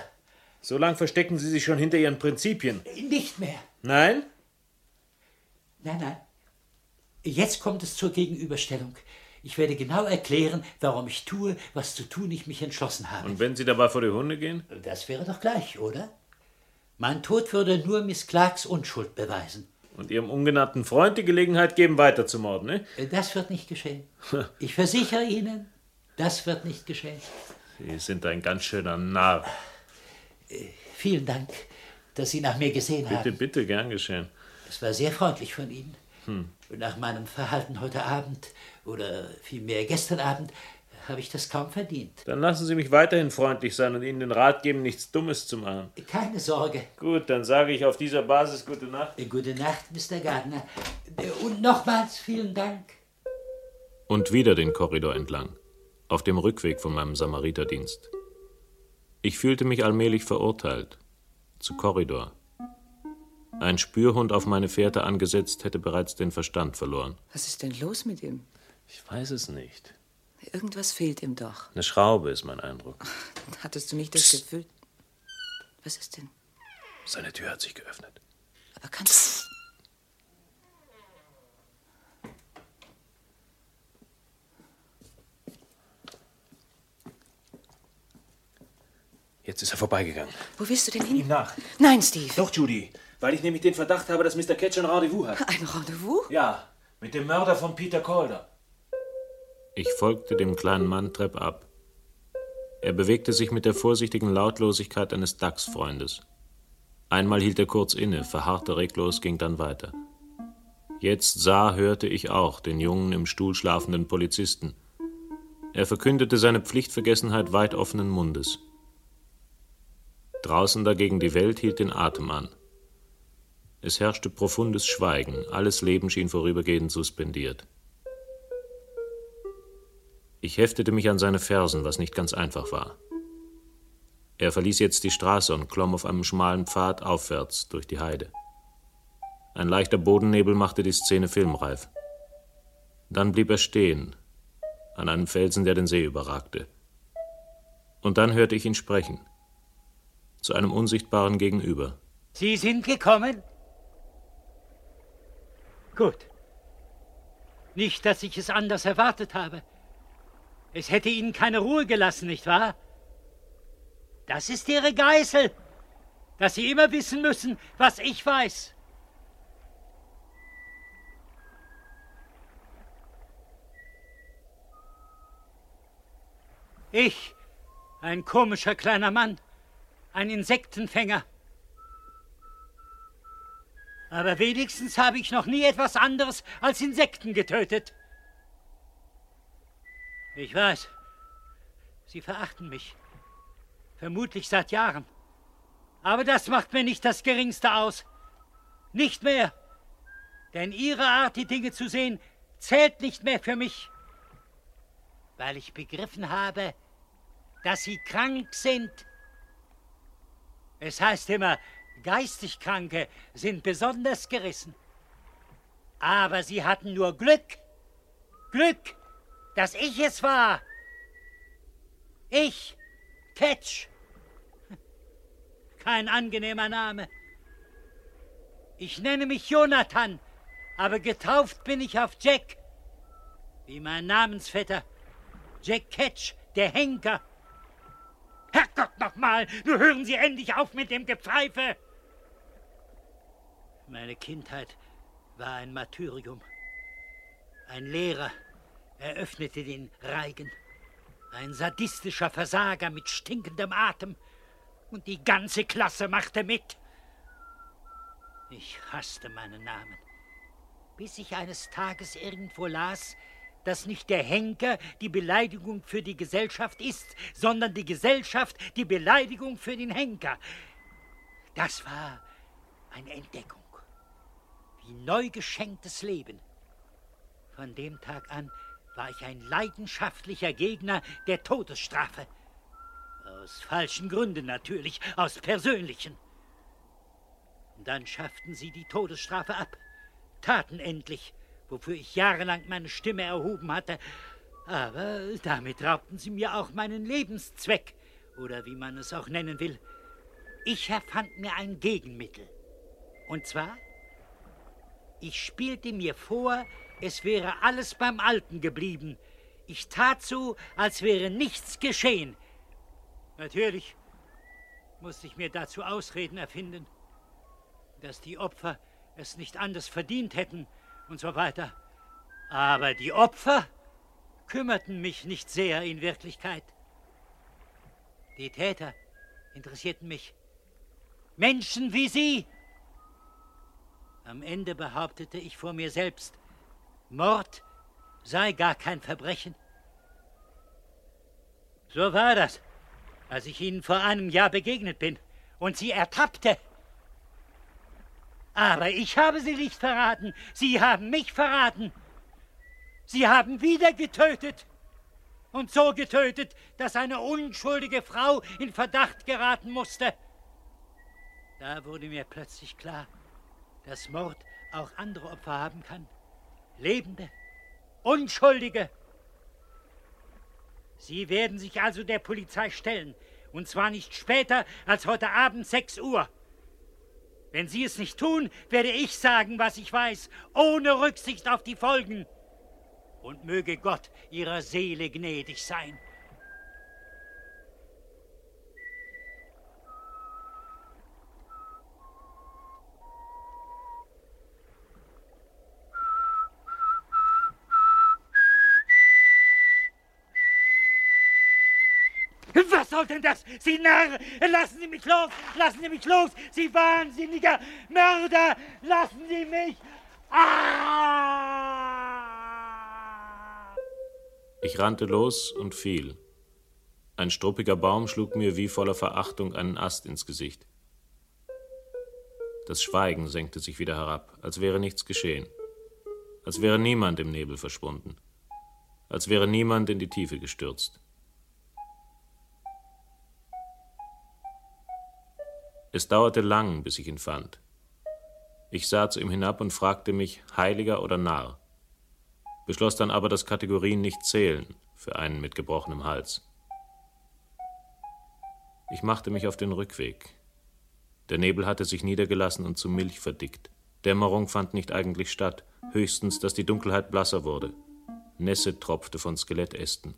So lang verstecken Sie sich schon hinter Ihren Prinzipien. nicht mehr. Nein? Nein, nein. Jetzt kommt es zur Gegenüberstellung. Ich werde genau erklären, warum ich tue, was zu tun ich mich entschlossen habe. Und wenn Sie dabei vor die Hunde gehen? Das wäre doch gleich, oder? Mein Tod würde nur Miss Clarks Unschuld beweisen. Und Ihrem ungenannten Freund die Gelegenheit geben, weiterzumorden, ne? Äh, Das wird nicht geschehen. Ich versichere Ihnen, das wird nicht geschehen. Sie sind ein ganz schöner Narr. Vielen Dank, dass Sie nach mir gesehen Bitte, haben. bitte, gern geschehen. Es war sehr freundlich von Ihnen. Hm. Nach meinem Verhalten heute Abend oder vielmehr gestern Abend habe ich das kaum verdient. Dann lassen Sie mich weiterhin freundlich sein und Ihnen den Rat geben, nichts Dummes zu machen. Keine Sorge. Gut, dann sage ich auf dieser Basis gute Nacht. Gute Nacht, Mr. Gardner. Und nochmals vielen Dank. Und wieder den Korridor entlang, auf dem Rückweg von meinem Samariterdienst. Ich fühlte mich allmählich verurteilt. Zu Korridor. Ein Spürhund auf meine Fährte angesetzt hätte bereits den Verstand verloren. Was ist denn los mit ihm? Ich weiß es nicht. Irgendwas fehlt ihm doch. Eine Schraube ist mein Eindruck. Hattest du nicht das Gefühl. Was ist denn? Seine Tür hat sich geöffnet. Aber kannst. Jetzt ist er vorbeigegangen. Wo willst du denn hin? Ihm nach. Nein, Steve. Doch, Judy. Weil ich nämlich den Verdacht habe, dass Mr. Ketch ein Rendezvous hat. Ein Rendezvous? Ja, mit dem Mörder von Peter Calder. Ich folgte dem kleinen Mann treppab. Er bewegte sich mit der vorsichtigen Lautlosigkeit eines Dachsfreundes. Einmal hielt er kurz inne, verharrte reglos, ging dann weiter. Jetzt sah, hörte ich auch den jungen im Stuhl schlafenden Polizisten. Er verkündete seine Pflichtvergessenheit weit offenen Mundes. Draußen dagegen die Welt hielt den Atem an. Es herrschte profundes Schweigen, alles Leben schien vorübergehend suspendiert. Ich heftete mich an seine Fersen, was nicht ganz einfach war. Er verließ jetzt die Straße und klomm auf einem schmalen Pfad aufwärts durch die Heide. Ein leichter Bodennebel machte die Szene filmreif. Dann blieb er stehen, an einem Felsen, der den See überragte. Und dann hörte ich ihn sprechen. Zu einem unsichtbaren Gegenüber. Sie sind gekommen? Gut. Nicht, dass ich es anders erwartet habe. Es hätte Ihnen keine Ruhe gelassen, nicht wahr? Das ist Ihre Geißel, dass Sie immer wissen müssen, was ich weiß. Ich, ein komischer kleiner Mann, ein Insektenfänger. Aber wenigstens habe ich noch nie etwas anderes als Insekten getötet. Ich weiß, Sie verachten mich. Vermutlich seit Jahren. Aber das macht mir nicht das geringste aus. Nicht mehr. Denn Ihre Art, die Dinge zu sehen, zählt nicht mehr für mich. Weil ich begriffen habe, dass Sie krank sind. Es heißt immer, geistig Kranke sind besonders gerissen. Aber sie hatten nur Glück. Glück, dass ich es war. Ich, Ketch. Kein angenehmer Name. Ich nenne mich Jonathan, aber getauft bin ich auf Jack. Wie mein Namensvetter. Jack Ketch, der Henker. Herrgott nochmal, nur hören Sie endlich auf mit dem Gepfeife! Meine Kindheit war ein Martyrium. Ein Lehrer eröffnete den Reigen. Ein sadistischer Versager mit stinkendem Atem. Und die ganze Klasse machte mit. Ich hasste meinen Namen. Bis ich eines Tages irgendwo las, dass nicht der Henker die Beleidigung für die Gesellschaft ist, sondern die Gesellschaft die Beleidigung für den Henker. Das war eine Entdeckung. Wie neu geschenktes Leben. Von dem Tag an war ich ein leidenschaftlicher Gegner der Todesstrafe. Aus falschen Gründen natürlich, aus persönlichen. Und dann schafften sie die Todesstrafe ab, taten endlich, wofür ich jahrelang meine Stimme erhoben hatte. Aber damit raubten sie mir auch meinen Lebenszweck, oder wie man es auch nennen will. Ich erfand mir ein Gegenmittel. Und zwar, ich spielte mir vor, Es wäre alles beim Alten geblieben. Ich tat so, als wäre nichts geschehen. Natürlich musste ich mir dazu Ausreden erfinden, dass die Opfer es nicht anders verdient hätten und so weiter. Aber die Opfer kümmerten mich nicht sehr in Wirklichkeit. Die Täter interessierten mich. Menschen wie Sie! Am Ende behauptete ich vor mir selbst, Mord sei gar kein Verbrechen. So war das, als ich Ihnen vor einem Jahr begegnet bin und Sie ertappte. Aber ich habe Sie nicht verraten. Sie haben mich verraten. Sie haben wieder getötet. Und so getötet, dass eine unschuldige Frau in Verdacht geraten musste. Da wurde mir plötzlich klar, dass Mord auch andere Opfer haben kann. Lebende, Unschuldige. Sie werden sich also der Polizei stellen. Und zwar nicht später als heute Abend 6 Uhr. Wenn Sie es nicht tun, werde ich sagen, was ich weiß, ohne Rücksicht auf die Folgen. Und möge Gott Ihrer Seele gnädig sein. Was soll denn das? Sie Narr! Lassen Sie mich los! Lassen Sie mich los! Sie wahnsinniger Mörder! Lassen Sie mich! Ah! Ich rannte los und fiel. Ein struppiger Baum schlug mir wie voller Verachtung einen Ast ins Gesicht. Das Schweigen senkte sich wieder herab, als wäre nichts geschehen, als wäre niemand im Nebel verschwunden, als wäre niemand in die Tiefe gestürzt. Es dauerte lang, bis ich ihn fand. Ich sah zu ihm hinab und fragte mich, Heiliger oder Narr? beschloss dann aber, dass Kategorien nicht zählen für einen mit gebrochenem Hals. Ich machte mich auf den Rückweg. Der Nebel hatte sich niedergelassen und zu Milch verdickt. Dämmerung fand nicht eigentlich statt, höchstens, dass die Dunkelheit blasser wurde. Nässe tropfte von Skelettästen.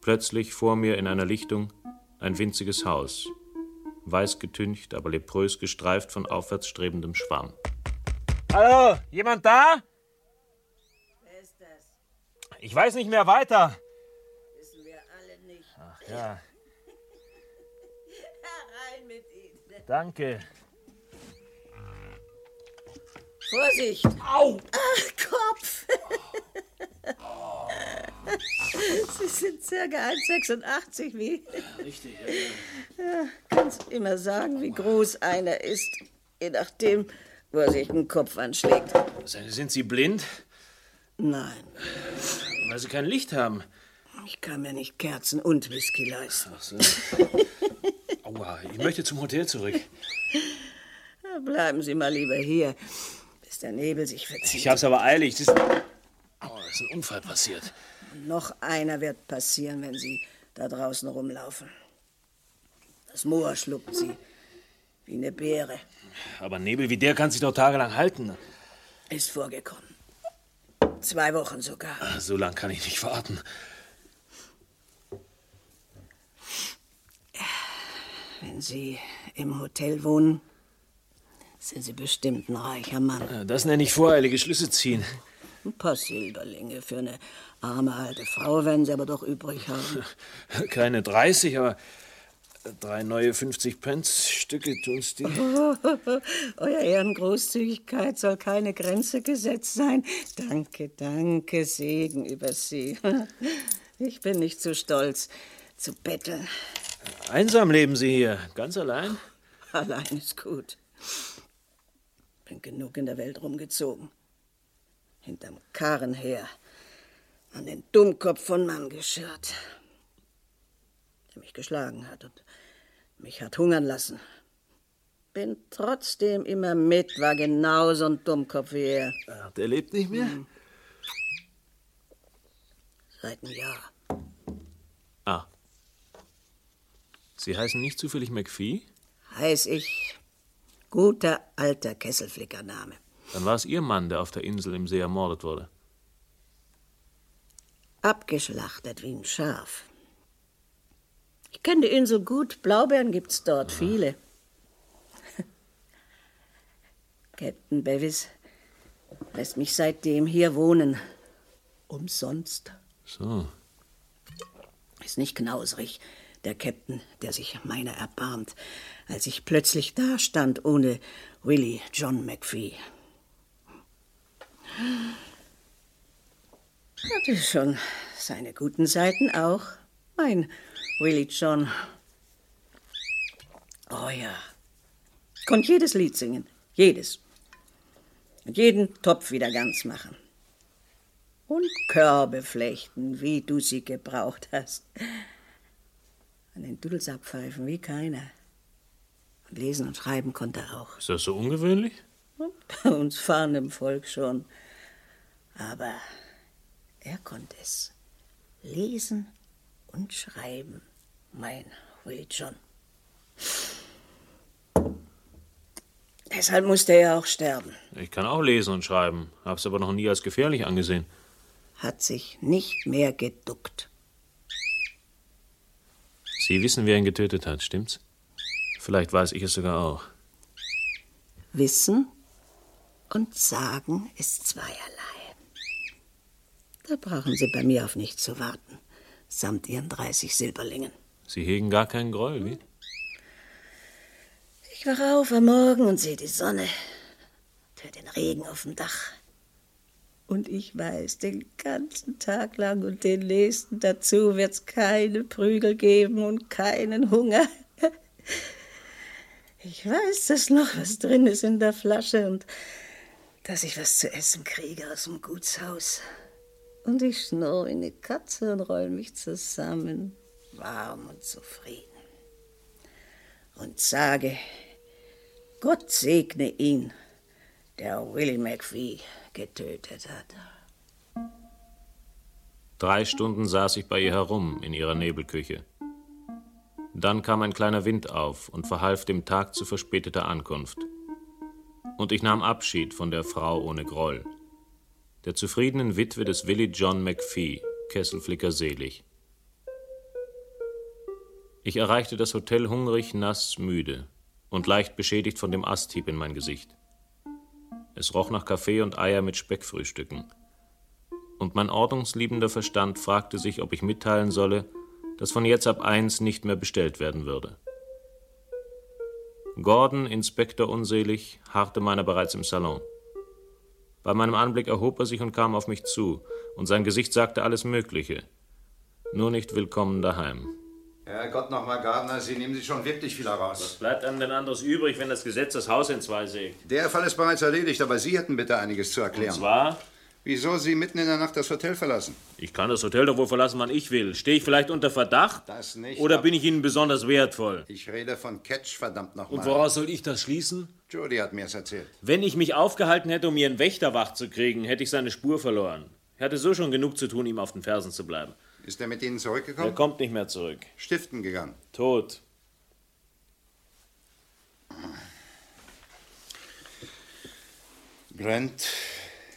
Plötzlich vor mir in einer Lichtung ein winziges Haus, weiß getüncht, aber leprös gestreift von aufwärtsstrebendem Schwamm. Hallo, jemand da? Ich weiß nicht mehr weiter. Wissen wir alle nicht. Ach ja, Herein mit ihnen. danke. Vorsicht! Au! Ach, Kopf! Sie sind circa 1,86 wie. Richtig, Ja, kannst immer sagen, wie groß einer ist, je nachdem, wo er sich den Kopf anschlägt. Sind Sie blind? Nein, Weil Sie kein Licht haben. ich kann mir nicht Kerzen und Whisky leisten. Ach so. Aua, ich möchte zum Hotel zurück. Na, Bleiben Sie mal lieber hier, bis der Nebel sich verzieht. Ich hab's aber eilig. Das ist, Aua, Oh, ist ein Unfall passiert. Noch einer wird passieren, wenn Sie da draußen rumlaufen. Das Moor schluckt Sie wie eine Beere. Aber Nebel wie der kann sich doch tagelang halten. Ist vorgekommen. Zwei Wochen sogar. Ah, So lang kann ich nicht warten. Wenn Sie im Hotel wohnen, sind Sie bestimmt ein reicher Mann. Äh, Das nenne ich voreilige Schlüsse ziehen. Ein paar Silberlinge für eine arme alte Frau werden Sie aber doch übrig haben. Keine 30, aber drei neue 50-Pence-Stücke tun's dir. Euer Ehren Großzügigkeit soll keine Grenze gesetzt sein. Danke, danke, Segen über Sie. Ich bin nicht zu stolz zu betteln. Einsam leben Sie hier, ganz allein. Allein ist gut. Bin genug in der Welt rumgezogen. Hinterm Karren her. An den Dummkopf von Mann geschirrt. Der mich geschlagen hat und mich hat hungern lassen. Bin trotzdem immer mit, war genauso ein Dummkopf wie er. Mhm. Der lebt nicht mehr? Seit einem Jahr. Ah. Sie heißen nicht zufällig McPhee? Heiß ich. Guter alter Kesselflickername. Dann war es Ihr Mann, der auf der Insel im See ermordet wurde. Abgeschlachtet wie ein Schaf. Ich kenne die Insel gut. Blaubeeren gibt's dort viele. Captain Bevis lässt mich seitdem hier wohnen. Umsonst. So. Ist nicht knausrig, der Captain, der sich meiner erbarmt, als ich plötzlich dastand ohne Willie John McPhee. Hatte schon seine guten Seiten auch, mein Willie John. Oh ja. Konnte jedes Lied singen. Jedes. Und jeden Topf wieder ganz machen. Und Körbe flechten, wie du sie gebraucht hast. An den Dudelsack pfeifen wie keiner. Und lesen und schreiben konnte er auch. Ist das so ungewöhnlich? Bei uns fahren im Volk schon. Aber er konnte es. Lesen und schreiben, mein Willie John. Deshalb musste er auch sterben. Ich kann auch lesen und schreiben, hab's aber noch nie als gefährlich angesehen. Hat sich nicht mehr geduckt. Sie wissen, wer ihn getötet hat, stimmt's? Vielleicht weiß ich es sogar auch. Wissen und sagen ist zweierlei. Da brauchen Sie bei mir auf nichts zu warten, samt Ihren 30 Silberlingen. Sie hegen gar keinen Groll, wie? Ich wache auf am Morgen und sehe die Sonne. Und höre den Regen auf dem Dach. Und ich weiß, den ganzen Tag lang und den nächsten dazu wird's keine Prügel geben und keinen Hunger. Ich weiß, dass noch was drin ist in der Flasche und dass ich was zu essen kriege aus dem Gutshaus. Und ich schnurre wie eine Katze und roll mich zusammen, warm und zufrieden. Und sage, Gott segne ihn, der Willie McPhee getötet hat. Drei Stunden saß ich bei ihr herum in ihrer Nebelküche. Dann kam ein kleiner Wind auf und verhalf dem Tag zu verspäteter Ankunft. Und ich nahm Abschied von der Frau ohne Groll, der zufriedenen Witwe des Willie John McPhee, Kesselflicker selig. Ich erreichte das Hotel hungrig, nass, müde und leicht beschädigt von dem Asthieb in mein Gesicht. Es roch nach Kaffee und Eier mit Speckfrühstücken. Und mein ordnungsliebender Verstand fragte sich, ob ich mitteilen solle, dass von jetzt ab eins nicht mehr bestellt werden würde. Gordon, Inspektor unselig, harrte meiner bereits im Salon. Bei meinem Anblick erhob er sich und kam auf mich zu, und sein Gesicht sagte alles Mögliche. Nur nicht willkommen daheim. Herrgott nochmal, Gardner, Sie nehmen sich schon wirklich viel heraus. Bleibt einem denn anderes übrig, wenn das Gesetz das Haus in zwei sägt? Der Fall ist bereits erledigt, aber Sie hätten bitte einiges zu erklären. Und zwar? Wieso Sie mitten in der Nacht das Hotel verlassen? Ich kann das Hotel doch wohl verlassen, wann ich will. Stehe ich vielleicht unter Verdacht? Das nicht. Oder aber- bin ich Ihnen besonders wertvoll? Ich rede von Catch, verdammt nochmal. Und woraus soll ich das schließen? Jody hat mir es erzählt. Wenn ich mich aufgehalten hätte, um Ihren Wächter wach zu kriegen, hätte ich seine Spur verloren. Ich hatte so schon genug zu tun, ihm auf den Fersen zu bleiben. Ist er mit Ihnen zurückgekommen? Er kommt nicht mehr zurück. Stiften gegangen. Tot. Grant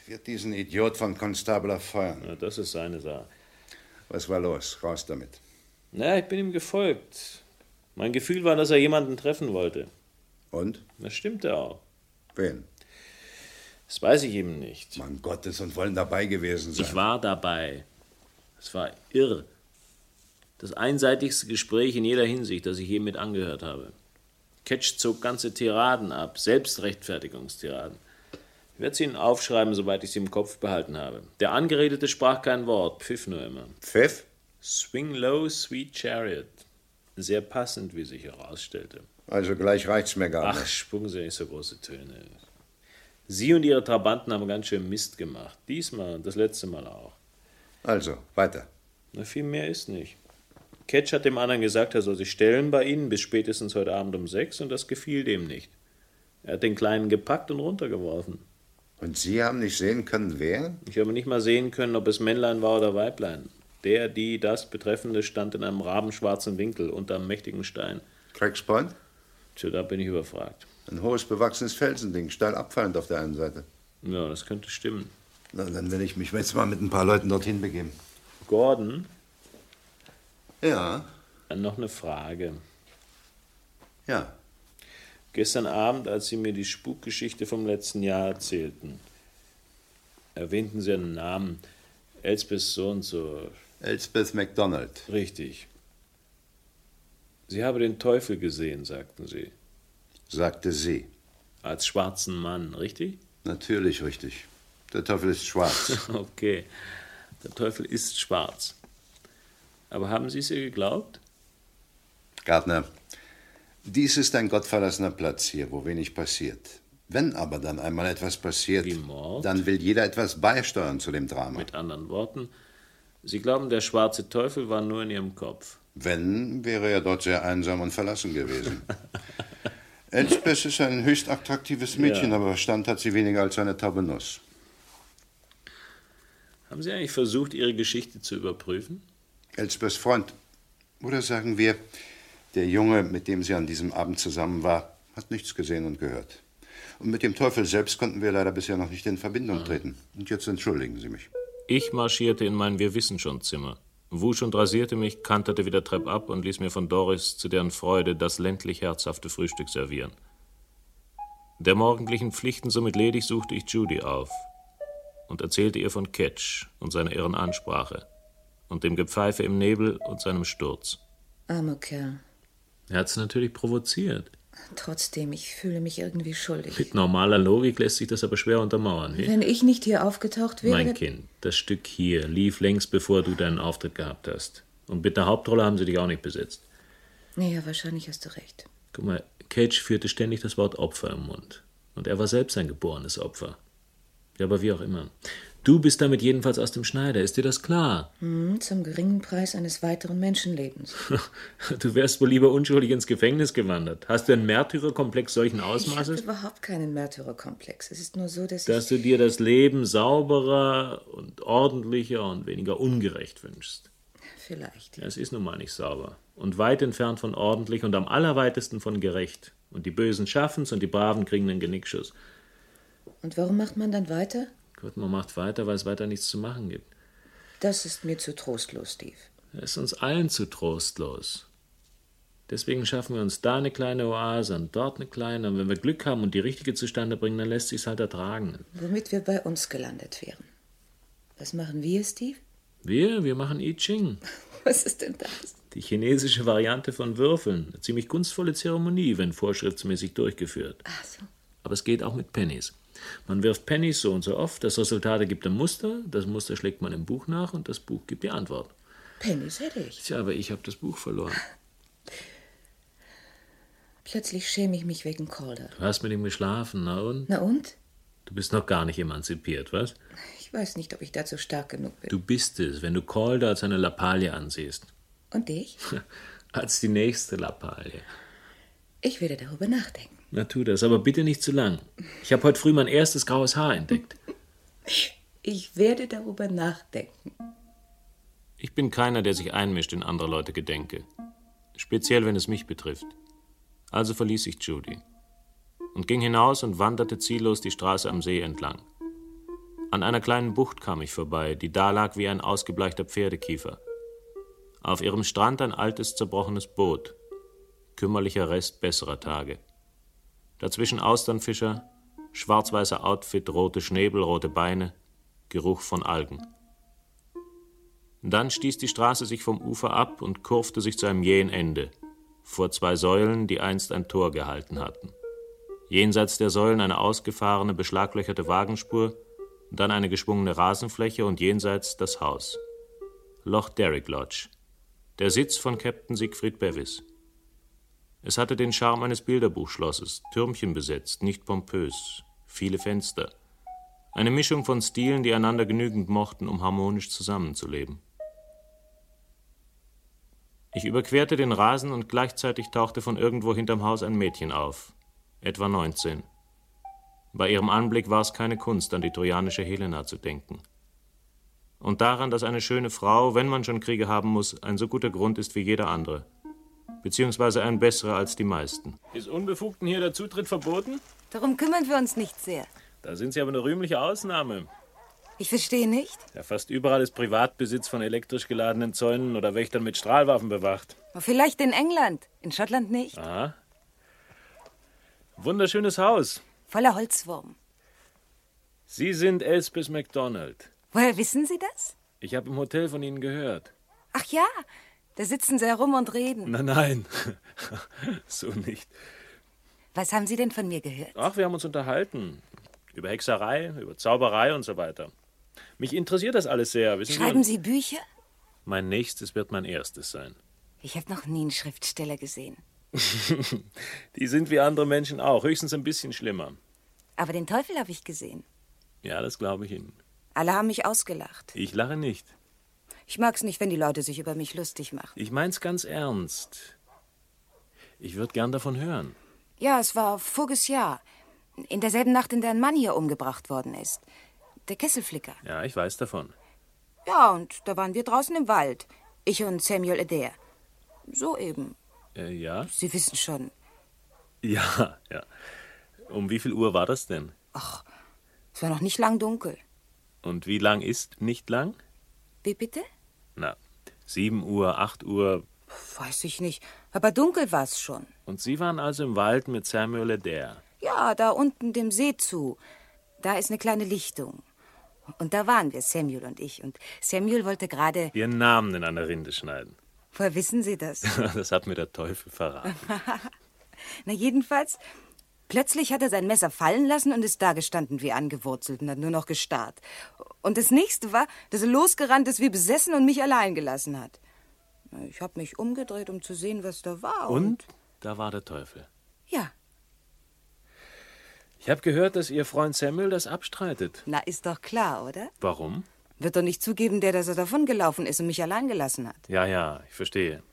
wird diesen Idiot von Constabler feuern. das ist seine Sache. Was war los? Raus damit. Na, ich bin ihm gefolgt. Mein Gefühl war, dass er jemanden treffen wollte. Und? Das stimmte auch. Wen? Das weiß ich eben nicht. Mein Gottes, und wollen dabei gewesen sein. Ich war dabei. Es war irre. Das einseitigste Gespräch in jeder Hinsicht, das ich je mit angehört habe. Ketch zog ganze Tiraden ab, Selbstrechtfertigungstiraden. Ich werde sie Ihnen aufschreiben, sobald ich sie im Kopf behalten habe. Der Angeredete sprach kein Wort, pfiff nur immer. Pfiff? Swing low, sweet chariot. Sehr passend, wie sich herausstellte. Also gleich reicht's mir gar Ach, nicht. spucken Sie nicht so große Töne. Sie und Ihre Trabanten haben ganz schön Mist gemacht. Diesmal und das letzte Mal auch. Also, weiter. Na, viel mehr ist nicht. Ketch hat dem anderen gesagt, er soll sich stellen bei Ihnen bis spätestens heute Abend um sechs und das gefiel dem nicht. Er hat den Kleinen gepackt und runtergeworfen. Und Sie haben nicht sehen können, wer? Ich habe nicht mal sehen können, ob es Männlein war oder Weiblein. Der, die, das Betreffende stand in einem rabenschwarzen Winkel unter einem mächtigen Stein. Cracks Point? Tja, da bin ich überfragt. Ein hohes bewachsenes Felsending, steil abfallend auf der einen Seite. Ja, das könnte stimmen. Na, dann will ich mich jetzt mal mit ein paar Leuten dorthin begeben. Gordon? Ja. Dann noch eine Frage. Ja. Gestern Abend, als Sie mir die Spukgeschichte vom letzten Jahr erzählten, erwähnten Sie einen Namen. Elspeth so und so. Elspeth MacDonald. Richtig. Sie habe den Teufel gesehen, sagten Sie. Sagte sie. Als schwarzen Mann, richtig? Natürlich richtig. Der Teufel ist schwarz. okay. Der Teufel ist schwarz. Aber haben Sie es ihr geglaubt? Gardner, dies ist ein gottverlassener Platz hier, wo wenig passiert. Wenn aber dann einmal etwas passiert, dann will jeder etwas beisteuern zu dem Drama. Mit anderen Worten, Sie glauben, der schwarze Teufel war nur in Ihrem Kopf. Wenn, wäre er dort sehr einsam und verlassen gewesen. Elspeth ist ein höchst attraktives Mädchen, Ja. aber Verstand hat sie weniger als eine taube Nuss. Haben Sie eigentlich versucht, Ihre Geschichte zu überprüfen? Elspeths Freund, oder sagen wir, der Junge, mit dem sie an diesem Abend zusammen war, hat nichts gesehen und gehört. Und mit dem Teufel selbst konnten wir leider bisher noch nicht in Verbindung treten. Und jetzt entschuldigen Sie mich. Ich marschierte in mein Wir wissen schon Zimmer, wusch und rasierte mich, kanterte wieder treppab und ließ mir von Doris zu deren Freude das ländlich herzhafte Frühstück servieren. Der morgendlichen Pflichten somit ledig suchte ich Judy auf und erzählte ihr von Ketch und seiner irren Ansprache und dem Gepfeife im Nebel und seinem Sturz. Armer Kerl. Er hat's natürlich provoziert. Trotzdem, ich fühle mich irgendwie schuldig. Mit normaler Logik lässt sich das aber schwer untermauern. he? Wenn ich nicht hier aufgetaucht wäre. Mein Kind, das Stück hier lief längst bevor du deinen Auftritt gehabt hast. Und mit der Hauptrolle haben sie dich auch nicht besetzt. Naja, wahrscheinlich hast du recht. Guck mal, Cage führte ständig das Wort Opfer im Mund. Und er war selbst ein geborenes Opfer. Ja, aber wie auch immer. Du bist damit jedenfalls aus dem Schneider, ist dir das klar? Hm, zum geringen Preis eines weiteren Menschenlebens. Du wärst wohl lieber unschuldig ins Gefängnis gewandert. Hast du einen Märtyrerkomplex solchen Ich habe Ausmaßes? überhaupt keinen Märtyrerkomplex. Es ist nur so, dass Dass du dir das Leben sauberer und ordentlicher und weniger ungerecht wünschst. ich vielleicht. Ja, Es ist nun mal nicht sauber. Und weit entfernt von ordentlich und am allerweitesten von gerecht. Und die Bösen schaffen's und die Braven kriegen einen Genickschuss. Und warum macht man dann weiter? Gott, man macht weiter, weil es weiter nichts zu machen gibt. Das ist mir zu trostlos, Steve. Es ist uns allen zu trostlos. Deswegen schaffen wir uns da eine kleine Oase und dort eine kleine. Und wenn wir Glück haben und die richtige zustande bringen, dann lässt sich's halt ertragen. Womit wir bei uns gelandet wären. Was machen wir, Steve? Wir, wir machen I Ching. Was ist denn das? Die chinesische Variante von Würfeln. Eine ziemlich kunstvolle Zeremonie, wenn vorschriftsmäßig durchgeführt. Ach so. Aber es geht auch mit Pennies. Man wirft Pennies so und so oft, das Resultat ergibt ein Muster, das Muster schlägt man im Buch nach und das Buch gibt die Antwort. Pennies hätte ich. Tja, aber ich habe das Buch verloren. Plötzlich schäme ich mich wegen Calder. Du hast mit ihm geschlafen, na und? Na und? Du bist noch gar nicht emanzipiert, was? Ich weiß nicht, ob ich dazu stark genug bin. Du bist es, wenn du Calder als eine Lappalie ansiehst. Und dich? Als die nächste Lappalie. Ich werde darüber nachdenken. Na, tu das, aber bitte nicht zu lang. Ich habe heute früh mein erstes graues Haar entdeckt. Ich werde darüber nachdenken. Ich bin keiner, der sich einmischt in andere Leute Gedenke. Speziell, wenn es mich betrifft. Also verließ ich Judy und ging hinaus und wanderte ziellos die Straße am See entlang. An einer kleinen Bucht kam ich vorbei, die dalag wie ein ausgebleichter Pferdekiefer. Auf ihrem Strand ein altes, zerbrochenes Boot. Kümmerlicher Rest besserer Tage. Dazwischen Austernfischer, schwarz-weißer Outfit, rote Schnäbel, rote Beine, Geruch von Algen. Dann stieß die Straße sich vom Ufer ab und kurfte sich zu einem jähen Ende, vor zwei Säulen, die einst ein Tor gehalten hatten. Jenseits der Säulen eine ausgefahrene, beschlaglöcherte Wagenspur, dann eine geschwungene Rasenfläche und jenseits das Haus. Loch Derrick Lodge, der Sitz von Captain Siegfried Bevis. Es hatte den Charme eines Bilderbuchschlosses, Türmchen besetzt, nicht pompös, viele Fenster. Eine Mischung von Stilen, die einander genügend mochten, um harmonisch zusammenzuleben. Ich überquerte den Rasen und gleichzeitig tauchte von irgendwo hinterm Haus ein Mädchen auf, etwa 19. Bei ihrem Anblick war es keine Kunst, an die trojanische Helena zu denken. Und daran, dass eine schöne Frau, wenn man schon Kriege haben muss, ein so guter Grund ist wie jeder andere, beziehungsweise ein besserer als die meisten. Ist Unbefugten hier der Zutritt verboten? Darum kümmern wir uns nicht sehr. Da sind Sie aber eine rühmliche Ausnahme. Ich verstehe nicht. Ja, fast überall ist Privatbesitz von elektrisch geladenen Zäunen oder Wächtern mit Strahlwaffen bewacht. Vielleicht in England, in Schottland nicht. Aha. Wunderschönes Haus. Voller Holzwurm. Sie sind Elspeth MacDonald. Woher wissen Sie das? Ich habe im Hotel von Ihnen gehört. Ach ja, da sitzen Sie herum und reden. Na nein, so nicht. Was haben Sie denn von mir gehört? Ach, wir haben uns unterhalten. Über Hexerei, über Zauberei und so weiter. Mich interessiert das alles sehr. Wissen Schreiben Sie Bücher? Mein nächstes wird mein erstes sein. Ich habe noch nie einen Schriftsteller gesehen. Die sind wie andere Menschen auch, höchstens ein bisschen schlimmer. Aber den Teufel habe ich gesehen. Ja, das glaube ich Ihnen. Alle haben mich ausgelacht. Ich lache nicht. Ich mag's nicht, wenn die Leute sich über mich lustig machen. Ich mein's ganz ernst. Ich würde gern davon hören. Ja, es war voriges Jahr. In derselben Nacht, in der ein Mann hier umgebracht worden ist. Der Kesselflicker. Ja, ich weiß davon. Ja, und da waren wir draußen im Wald. Ich und Samuel Adair. So eben. Äh, ja? Sie wissen schon. Ja, ja. Um wie viel Uhr war das denn? Ach, es war noch nicht lang dunkel. Und wie lang ist nicht lang? Wie bitte? Na, 7 Uhr, 8 Uhr. Weiß ich nicht. Aber dunkel war's schon. Und Sie waren also im Wald mit Samuel Adair. Ja, da unten dem See zu. Da ist eine kleine Lichtung. Und da waren wir, Samuel und ich. Und Samuel wollte gerade. Ihren Namen in einer Rinde schneiden. Woher wissen Sie das? Das hat mir der Teufel verraten. Na, jedenfalls. Plötzlich hat er sein Messer fallen lassen und ist dagestanden wie angewurzelt und hat nur noch gestarrt. Und das nächste war, dass er losgerannt ist wie besessen und mich allein gelassen hat. Na, Ich habe mich umgedreht, um zu sehen, was da war. Und da war der Teufel. Ja. Ich habe gehört, dass Ihr Freund Samuel das abstreitet. Na, ist doch klar, oder? Warum? Wird doch nicht zugeben, der, dass er davongelaufen ist und mich allein gelassen hat. Ja, ja, ich verstehe.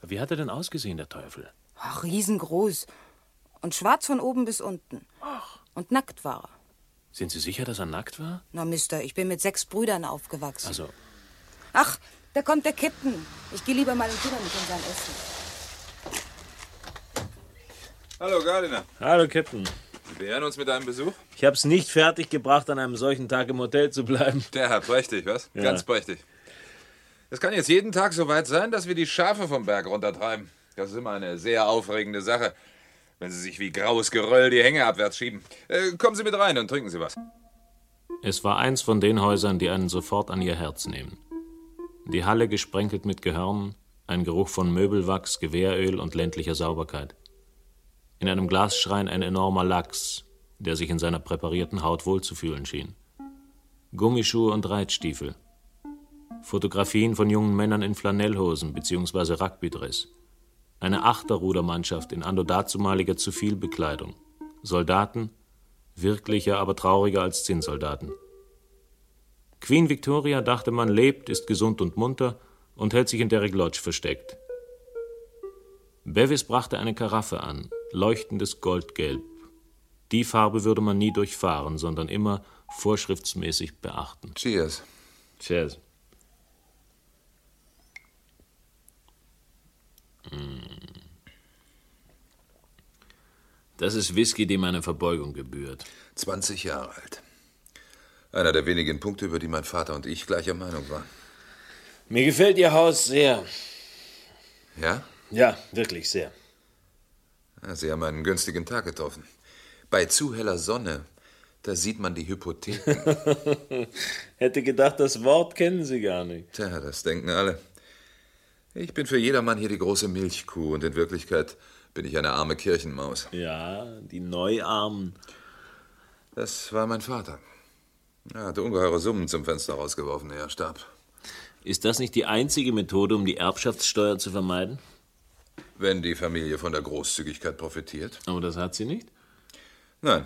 Wie hat er denn ausgesehen, der Teufel? Ach, riesengroß. Und schwarz von oben bis unten. Und nackt war er. Sind Sie sicher, dass er nackt war? Na, Mister, ich bin mit sechs Brüdern aufgewachsen. Also, Ach, da kommt der Captain. Ich gehe lieber mal und kümmere mich um sein Essen. Hallo, Gardiner. hallo, Captain. Wir beehren uns mit einem Besuch. Ich hab's nicht fertig gebracht, an einem solchen Tag im Hotel zu bleiben. Ja, prächtig, was? Ähm. Ja. Ganz prächtig. Es kann jetzt jeden Tag so weit sein, dass wir die Schafe vom Berg runtertreiben. Das ist immer eine sehr aufregende Sache, wenn sie sich wie graues Geröll die Hänge abwärts schieben. Äh, kommen Sie mit rein und trinken Sie was. Es war eins von den Häusern, die einen sofort an ihr Herz nehmen. Die Halle gesprenkelt mit Gehörn, ein Geruch von Möbelwachs, Gewehröl und ländlicher Sauberkeit. In einem Glasschrein ein enormer Lachs, der sich in seiner präparierten Haut wohlzufühlen schien. Gummischuhe und Reitstiefel. Fotografien von jungen Männern in Flanellhosen bzw. Rugbydress. Eine Achterrudermannschaft in andodazumaliger zu viel Bekleidung. Soldaten, wirklicher, aber trauriger als Zinnsoldaten. Queen Victoria dachte, man lebt, ist gesund und munter und hält sich in Derrick Lodge versteckt. Bevis brachte eine Karaffe an, leuchtendes Goldgelb. Die Farbe würde man nie durchfahren, sondern immer vorschriftsmäßig beachten. Cheers. Cheers. Mm. Das ist Whisky, dem eine Verbeugung gebührt. 20 Jahre alt. Einer der wenigen Punkte, über die mein Vater und ich gleicher Meinung waren. Mir gefällt Ihr Haus sehr. Ja? Ja, wirklich sehr. Ja, Sie haben einen günstigen Tag getroffen. Bei zu heller Sonne, da sieht man die Hypotheken. Hätte gedacht, das Wort kennen Sie gar nicht. Tja, das denken alle. Ich bin für jedermann hier die große Milchkuh und in Wirklichkeit bin ich eine arme Kirchenmaus. Ja, die Neuarmen. Das war mein Vater. Er hatte ungeheure Summen zum Fenster rausgeworfen, ehe er starb. Ist das nicht die einzige Methode, um die Erbschaftssteuer zu vermeiden? Wenn die Familie von der Großzügigkeit profitiert. Aber das hat sie nicht? Nein.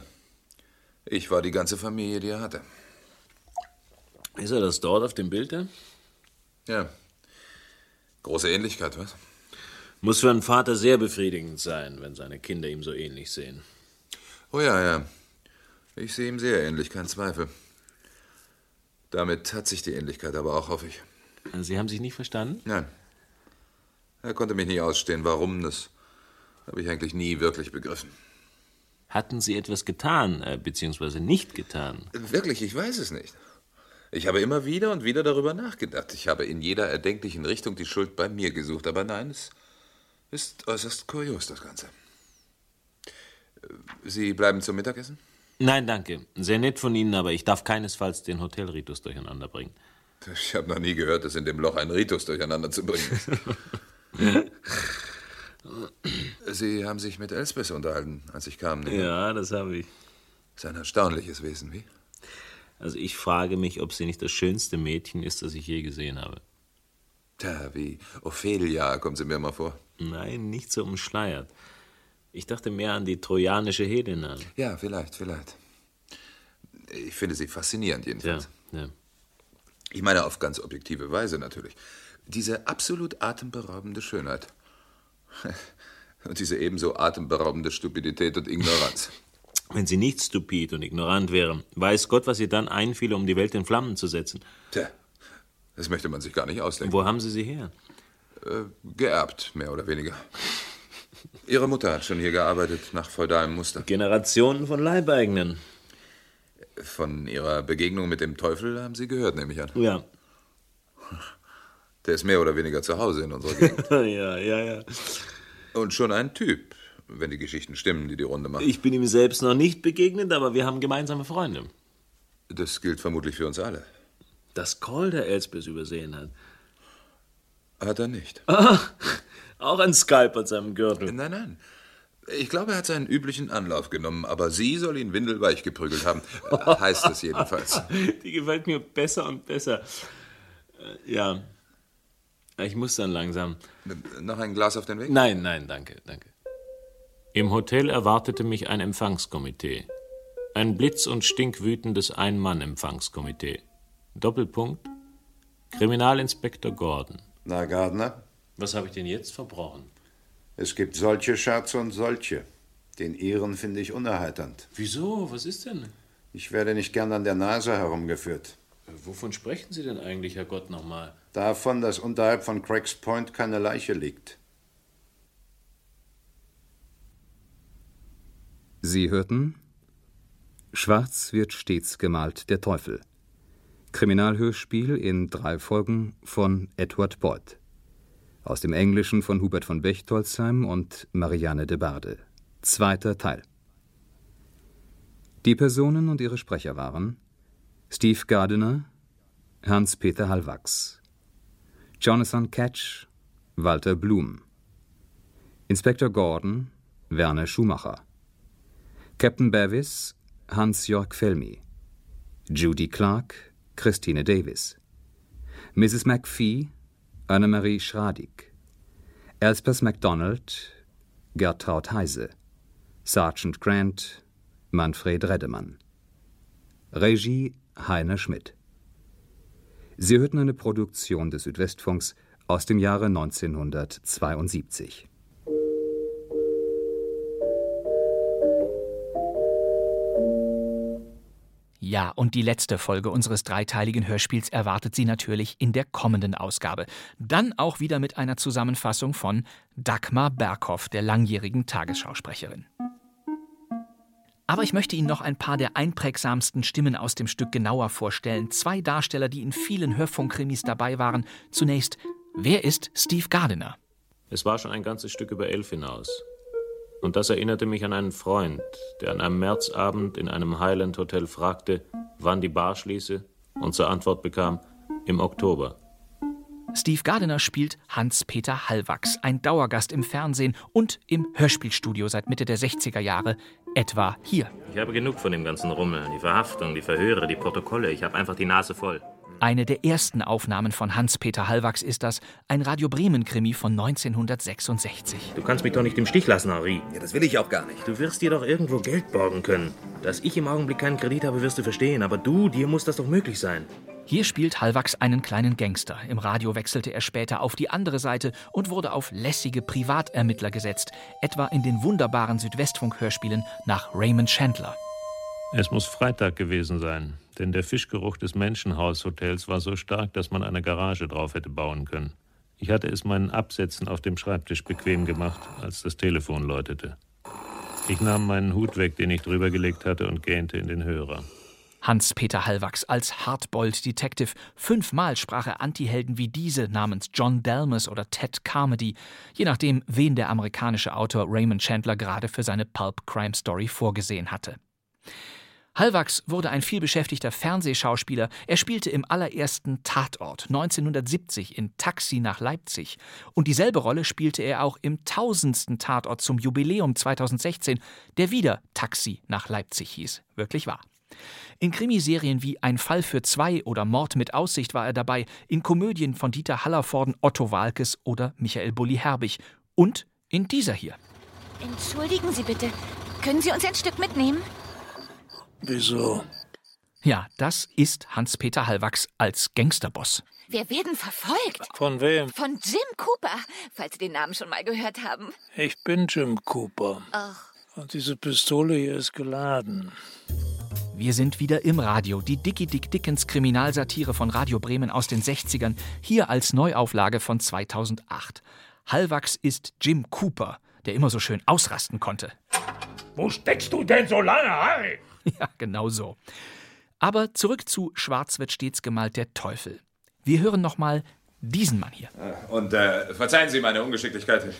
Ich war die ganze Familie, die er hatte. Ist er das dort auf dem Bild da? Ja. Große Ähnlichkeit, was? Muss für einen Vater sehr befriedigend sein, wenn seine Kinder ihm so ähnlich sehen. Oh ja, ja. Ich sehe ihm sehr ähnlich, kein Zweifel. Damit hat sich die Ähnlichkeit aber auch, hoffe ich. Sie haben sich nicht verstanden? Nein. Er konnte mich nie ausstehen. Warum das? Habe ich eigentlich nie wirklich begriffen. Hatten Sie etwas getan, äh, beziehungsweise nicht getan? Wirklich, ich weiß es nicht. Ich habe immer wieder und wieder darüber nachgedacht. Ich habe in jeder erdenklichen Richtung die Schuld bei mir gesucht. Aber nein, es ist äußerst kurios, das Ganze. Sie bleiben zum Mittagessen? Nein, danke. Sehr nett von Ihnen, aber ich darf keinesfalls den Hotelritus durcheinander bringen. Ich habe noch nie gehört, dass in dem Loch ein Ritus durcheinander zu bringen ist. Sie haben sich mit Elspeth unterhalten, als ich kam. ne? Ja, das habe ich. Sein erstaunliches Wesen, wie? Also ich frage mich, ob sie nicht das schönste Mädchen ist, das ich je gesehen habe. Tja, wie Ophelia kommt sie mir mal vor. Nein, nicht so umschleiert. Ich dachte mehr an die trojanische Helena. Ja, vielleicht, vielleicht. Ich finde sie faszinierend jedenfalls. Ja, ja. Ich meine auf ganz objektive Weise natürlich. Diese absolut atemberaubende Schönheit. Und diese ebenso atemberaubende Stupidität und Ignoranz. Wenn sie nicht stupid und ignorant wäre, weiß Gott, was ihr dann einfiele, um die Welt in Flammen zu setzen. Tja, das möchte man sich gar nicht ausdenken. Wo haben Sie sie her? Äh, geerbt, mehr oder weniger. Ihre Mutter hat schon hier gearbeitet, nach feudalem Muster. Generationen von Leibeigenen. Von Ihrer Begegnung mit dem Teufel haben Sie gehört, nehme ich an. Ja. Der ist mehr oder weniger zu Hause in unserer Gegend. ja, ja, ja. Und schon ein Typ, wenn die Geschichten stimmen, die die Runde machen. Ich bin ihm selbst noch nicht begegnet, aber wir haben gemeinsame Freunde. Das gilt vermutlich für uns alle. Dass Calder Elspeth übersehen hat. Hat er nicht. Ah, auch ein Skype an seinem Gürtel. Nein, nein. Ich glaube, er hat seinen üblichen Anlauf genommen, aber sie soll ihn windelweich geprügelt haben. Äh, heißt es jedenfalls. Die gefällt mir besser und besser. Äh, Ja. Ich muss dann langsam. Noch ein Glas auf den Weg? Nein, nein, danke, danke. Im Hotel erwartete mich ein Empfangskomitee. Ein blitz- und stinkwütendes Ein-Mann-Empfangskomitee. Doppelpunkt. Kriminalinspektor Gordon. Na, Gardner, Was habe ich denn jetzt verbrochen? es gibt solche Scherze und solche. Den Ihren finde ich unerheiternd. Wieso? Was ist denn? Ich werde nicht gern an der Nase herumgeführt. Äh, Wovon sprechen Sie denn eigentlich, Herr Gott, nochmal? Davon, dass unterhalb von Craigs Point keine Leiche liegt. Sie hörten Schwarz wird stets gemalt der Teufel. Kriminalhörspiel in drei Folgen von Edward Boyd. Aus dem Englischen von Hubert von Bechtolzheim und Marianne de Barde. Zweiter Teil. Die Personen und ihre Sprecher waren Steve Gardiner, Hans-Peter Hallwachs, Jonathan Ketch, Walter Blum, Inspektor Gordon, Werner Schumacher. Captain Bevis, Hans-Jörg Felmi. Judy Clark, Christine Davis. Mrs. McPhee, Annemarie Schradig. Elspeth MacDonald, Gertraud Heise. Sergeant Grant, Manfred Redemann. Regie Heiner Schmidt. Sie hörten eine Produktion des Südwestfunks aus dem Jahre 1972. Ja, und die letzte Folge unseres dreiteiligen Hörspiels erwartet Sie natürlich in der kommenden Ausgabe. Dann auch wieder mit einer Zusammenfassung von Dagmar Berghoff, der langjährigen Tagesschausprecherin. Aber ich möchte Ihnen noch ein paar der einprägsamsten Stimmen aus dem Stück genauer vorstellen. Zwei Darsteller, die in vielen Hörfunkkrimis dabei waren. Zunächst, wer ist Steve Gardiner? Es war schon ein ganzes Stück über elf hinaus. Und das erinnerte mich an einen Freund, der an einem Märzabend in einem Highland Hotel fragte, wann die Bar schließe, und zur Antwort bekam, im Oktober. Steve Gardiner spielt Hans-Peter Hallwachs, ein Dauergast im Fernsehen und im Hörspielstudio seit Mitte der 60er Jahre, etwa hier. Ich habe genug von dem ganzen Rummel. Die Verhaftung, die Verhöre, die Protokolle. Ich habe einfach die Nase voll. Eine der ersten Aufnahmen von Hans-Peter Hallwachs ist das, ein Radio Bremen-Krimi von 1966. Du kannst mich doch nicht im Stich lassen, Henri. Ja, das will ich auch gar nicht. Du wirst dir doch irgendwo Geld borgen können. Dass ich im Augenblick keinen Kredit habe, wirst du verstehen. Aber du, dir muss das doch möglich sein. Hier spielt Hallwachs einen kleinen Gangster. Im Radio wechselte er später auf die andere Seite und wurde auf lässige Privatermittler gesetzt, etwa in den wunderbaren Südwestfunk-Hörspielen nach Raymond Chandler. Es muss Freitag gewesen sein, denn der Fischgeruch des Menschenhaushotels war so stark, dass man eine Garage drauf hätte bauen können. Ich hatte es meinen Absätzen auf dem Schreibtisch bequem gemacht, als das Telefon läutete. Ich nahm meinen Hut weg, den ich drüber gelegt hatte, und gähnte in den Hörer. Hans-Peter Hallwachs als Hardboiled Detective. Fünfmal sprach er Antihelden wie diese namens John Delmas oder Ted Carmody, je nachdem, wen der amerikanische Autor Raymond Chandler gerade für seine Pulp Crime Story vorgesehen hatte. Hallwachs wurde ein vielbeschäftigter Fernsehschauspieler. Er spielte im allerersten Tatort 1970 in Taxi nach Leipzig. Und dieselbe Rolle spielte er auch im tausendsten Tatort zum Jubiläum 2016, der wieder Taxi nach Leipzig hieß. Wirklich wahr. In Krimiserien wie Ein Fall für zwei oder Mord mit Aussicht war er dabei, in Komödien von Dieter Hallervorden, Otto Walkes oder Michael Bulli-Herbig. Und in dieser hier. Entschuldigen Sie bitte. Können Sie uns ein Stück mitnehmen? Wieso? Ja, das ist Hans-Peter Hallwachs als Gangsterboss. Wir werden verfolgt. Von wem? Von Jim Cooper, falls Sie den Namen schon mal gehört haben. Ich bin Jim Cooper. Ach. Und diese Pistole hier ist geladen. Wir sind wieder im Radio, die Dicky Dick Dickens Kriminalsatire von Radio Bremen aus den 60ern, hier als Neuauflage von 2008. Hallwachs ist Jim Cooper, der immer so schön ausrasten konnte. Wo steckst du denn so lange, Harry? Ja, genau so. Aber zurück zu Schwarz wird stets gemalt der Teufel. Wir hören nochmal diesen Mann hier. Und äh, verzeihen Sie meine Ungeschicklichkeit. Ich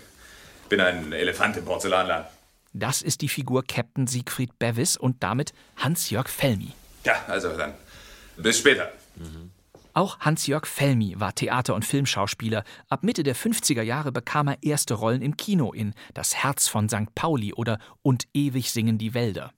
bin ein Elefant im Porzellanladen. Das ist die Figur Captain Siegfried Bevis und damit Hans-Jörg Felmi. Ja, also dann. Bis später. Mhm. Auch Hans-Jörg Felmi war Theater- und Filmschauspieler. Ab Mitte der 50er Jahre bekam er erste Rollen im Kino in Das Herz von St. Pauli oder Und ewig singen die Wälder.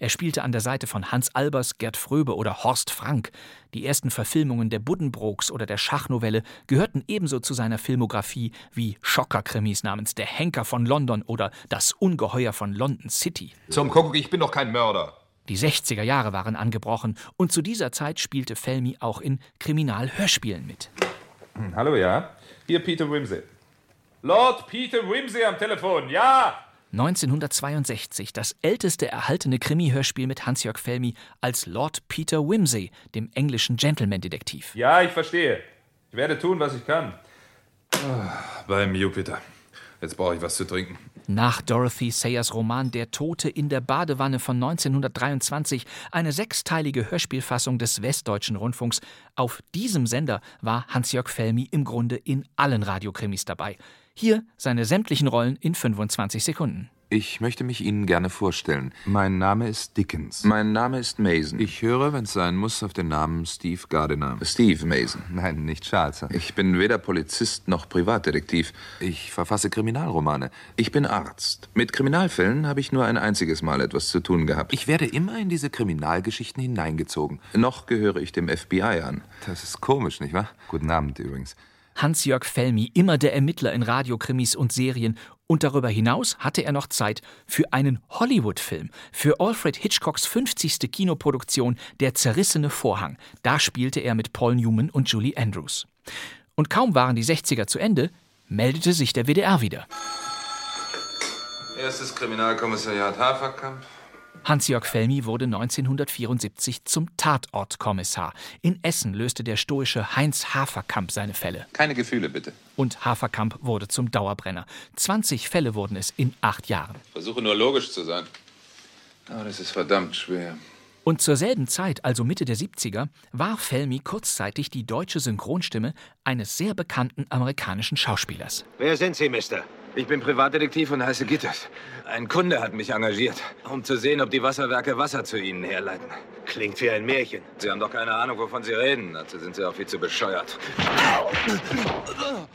Er spielte an der Seite von Hans Albers, Gerd Fröbe oder Horst Frank. Die ersten Verfilmungen der Buddenbrooks oder der Schachnovelle gehörten ebenso zu seiner Filmografie wie Schockerkrimis namens Der Henker von London oder Das Ungeheuer von London City. Zum Kuckuck, ich bin doch kein Mörder. Die 60er Jahre waren angebrochen und zu dieser Zeit spielte Felmi auch in Kriminalhörspielen mit. Hallo, ja? Hier Peter Wimsey. Lord Peter Wimsey am Telefon, ja! 1962 das älteste erhaltene Krimi-Hörspiel mit Hans-Jörg Felmi als Lord Peter Wimsey, dem englischen Gentleman-Detektiv. Ja, ich verstehe. Ich werde tun, was ich kann. Beim Jupiter. Jetzt brauche ich was zu trinken. Nach Dorothy Sayers Roman Der Tote in der Badewanne von 1923, eine sechsteilige Hörspielfassung des Westdeutschen Rundfunks, auf diesem Sender war Hans-Jörg Felmi im Grunde in allen Radiokrimis dabei. Hier seine sämtlichen Rollen in 25 Sekunden. Ich möchte mich Ihnen gerne vorstellen. Mein Name ist Dickens. Mein Name ist Mason. Ich höre, wenn es sein muss, auf den Namen Steve Gardiner. Steve Mason. Nein, nicht Charles. Ich bin weder Polizist noch Privatdetektiv. Ich verfasse Kriminalromane. Ich bin Arzt. Mit Kriminalfällen habe ich nur ein einziges Mal etwas zu tun gehabt. Ich werde immer in diese Kriminalgeschichten hineingezogen. Noch gehöre ich dem FBI an. Das ist komisch, nicht wahr? Guten Abend übrigens. Hans-Jörg Felmi, immer der Ermittler in Radiokrimis und Serien. Und darüber hinaus hatte er noch Zeit für einen Hollywood-Film, für Alfred Hitchcocks 50. Kinoproduktion Der zerrissene Vorhang. Da spielte er mit Paul Newman und Julie Andrews. Und kaum waren die 60er zu Ende, meldete sich der WDR wieder. Erstes Kriminalkommissariat Haferkamp. Hans-Jörg Felmi wurde 1974 zum Tatortkommissar. In Essen löste der stoische Heinz Haferkamp seine Fälle. Keine Gefühle, bitte. Und Haferkamp wurde zum Dauerbrenner. 20 Fälle wurden es in acht Jahren. Versuche nur logisch zu sein. Aber Ah, das ist verdammt schwer. Und zur selben Zeit, also Mitte der 70er, war Felmi kurzzeitig die deutsche Synchronstimme eines sehr bekannten amerikanischen Schauspielers. Wer sind Sie, Mister? Ich bin Privatdetektiv und heiße Gitters. Ein Kunde hat mich engagiert, um zu sehen, ob die Wasserwerke Wasser zu Ihnen herleiten. Klingt wie ein Märchen. Sie haben doch keine Ahnung, wovon Sie reden. Dazu sind Sie auch viel zu bescheuert.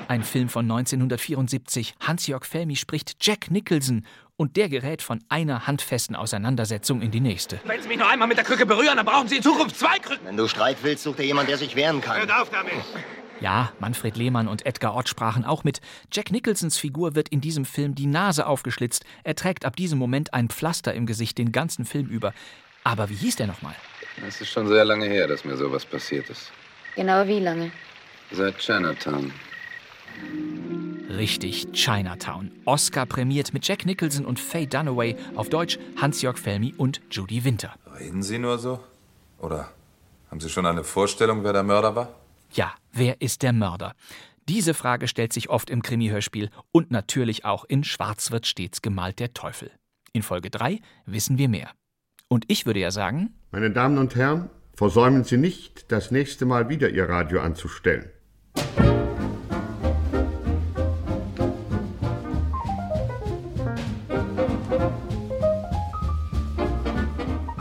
Ein Film von 1974. Hans-Jörg Felmi spricht Jack Nicholson und der gerät von einer handfesten Auseinandersetzung in die nächste. Wenn Sie mich noch einmal mit der Krücke berühren, dann brauchen Sie in Zukunft zwei Krücken. Wenn du Streit willst, such dir jemanden, der sich wehren kann. Hört auf damit! Ja, Manfred Lehmann und Edgar Ott sprachen auch mit. Jack Nicholsons Figur wird in diesem Film die Nase aufgeschlitzt. Er trägt ab diesem Moment ein Pflaster im Gesicht den ganzen Film über. Aber wie hieß der nochmal? Es ist schon sehr lange her, dass mir sowas passiert ist. Genau wie lange? Seit Chinatown. Richtig, Chinatown. Oscar prämiert mit Jack Nicholson und Faye Dunaway, auf Deutsch Hans-Jörg Felmi und Judy Winter. Reden Sie nur so? Oder haben Sie schon eine Vorstellung, wer der Mörder war? Ja, wer ist der Mörder? Diese Frage stellt sich oft im Krimi-Hörspiel und natürlich auch in Schwarz wird stets gemalt der Teufel. In Folge 3 wissen wir mehr. Und ich würde ja sagen, Meine Damen und Herren, versäumen Sie nicht, das nächste Mal wieder Ihr Radio anzustellen.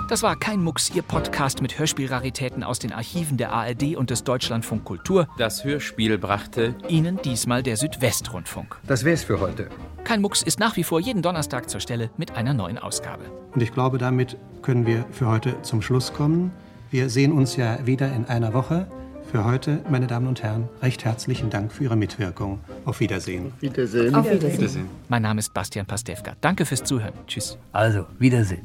Das war kein Mucks, Ihr Podcast mit Hörspielraritäten aus den Archiven der ARD und des Deutschlandfunk Kultur. Das Hörspiel brachte Ihnen diesmal der Südwestrundfunk. Das wär's für heute. Kein Mucks ist nach wie vor jeden Donnerstag zur Stelle mit einer neuen Ausgabe. Und ich glaube, damit können wir für heute zum Schluss kommen. Wir sehen uns ja wieder in einer Woche. Für heute, meine Damen und Herren, recht herzlichen Dank für Ihre Mitwirkung. Auf Wiedersehen. Wiedersehen. Auf Wiedersehen. Wiedersehen. Mein Name ist Bastian Pastewka. Danke fürs Zuhören. Tschüss. Also, Wiedersehen.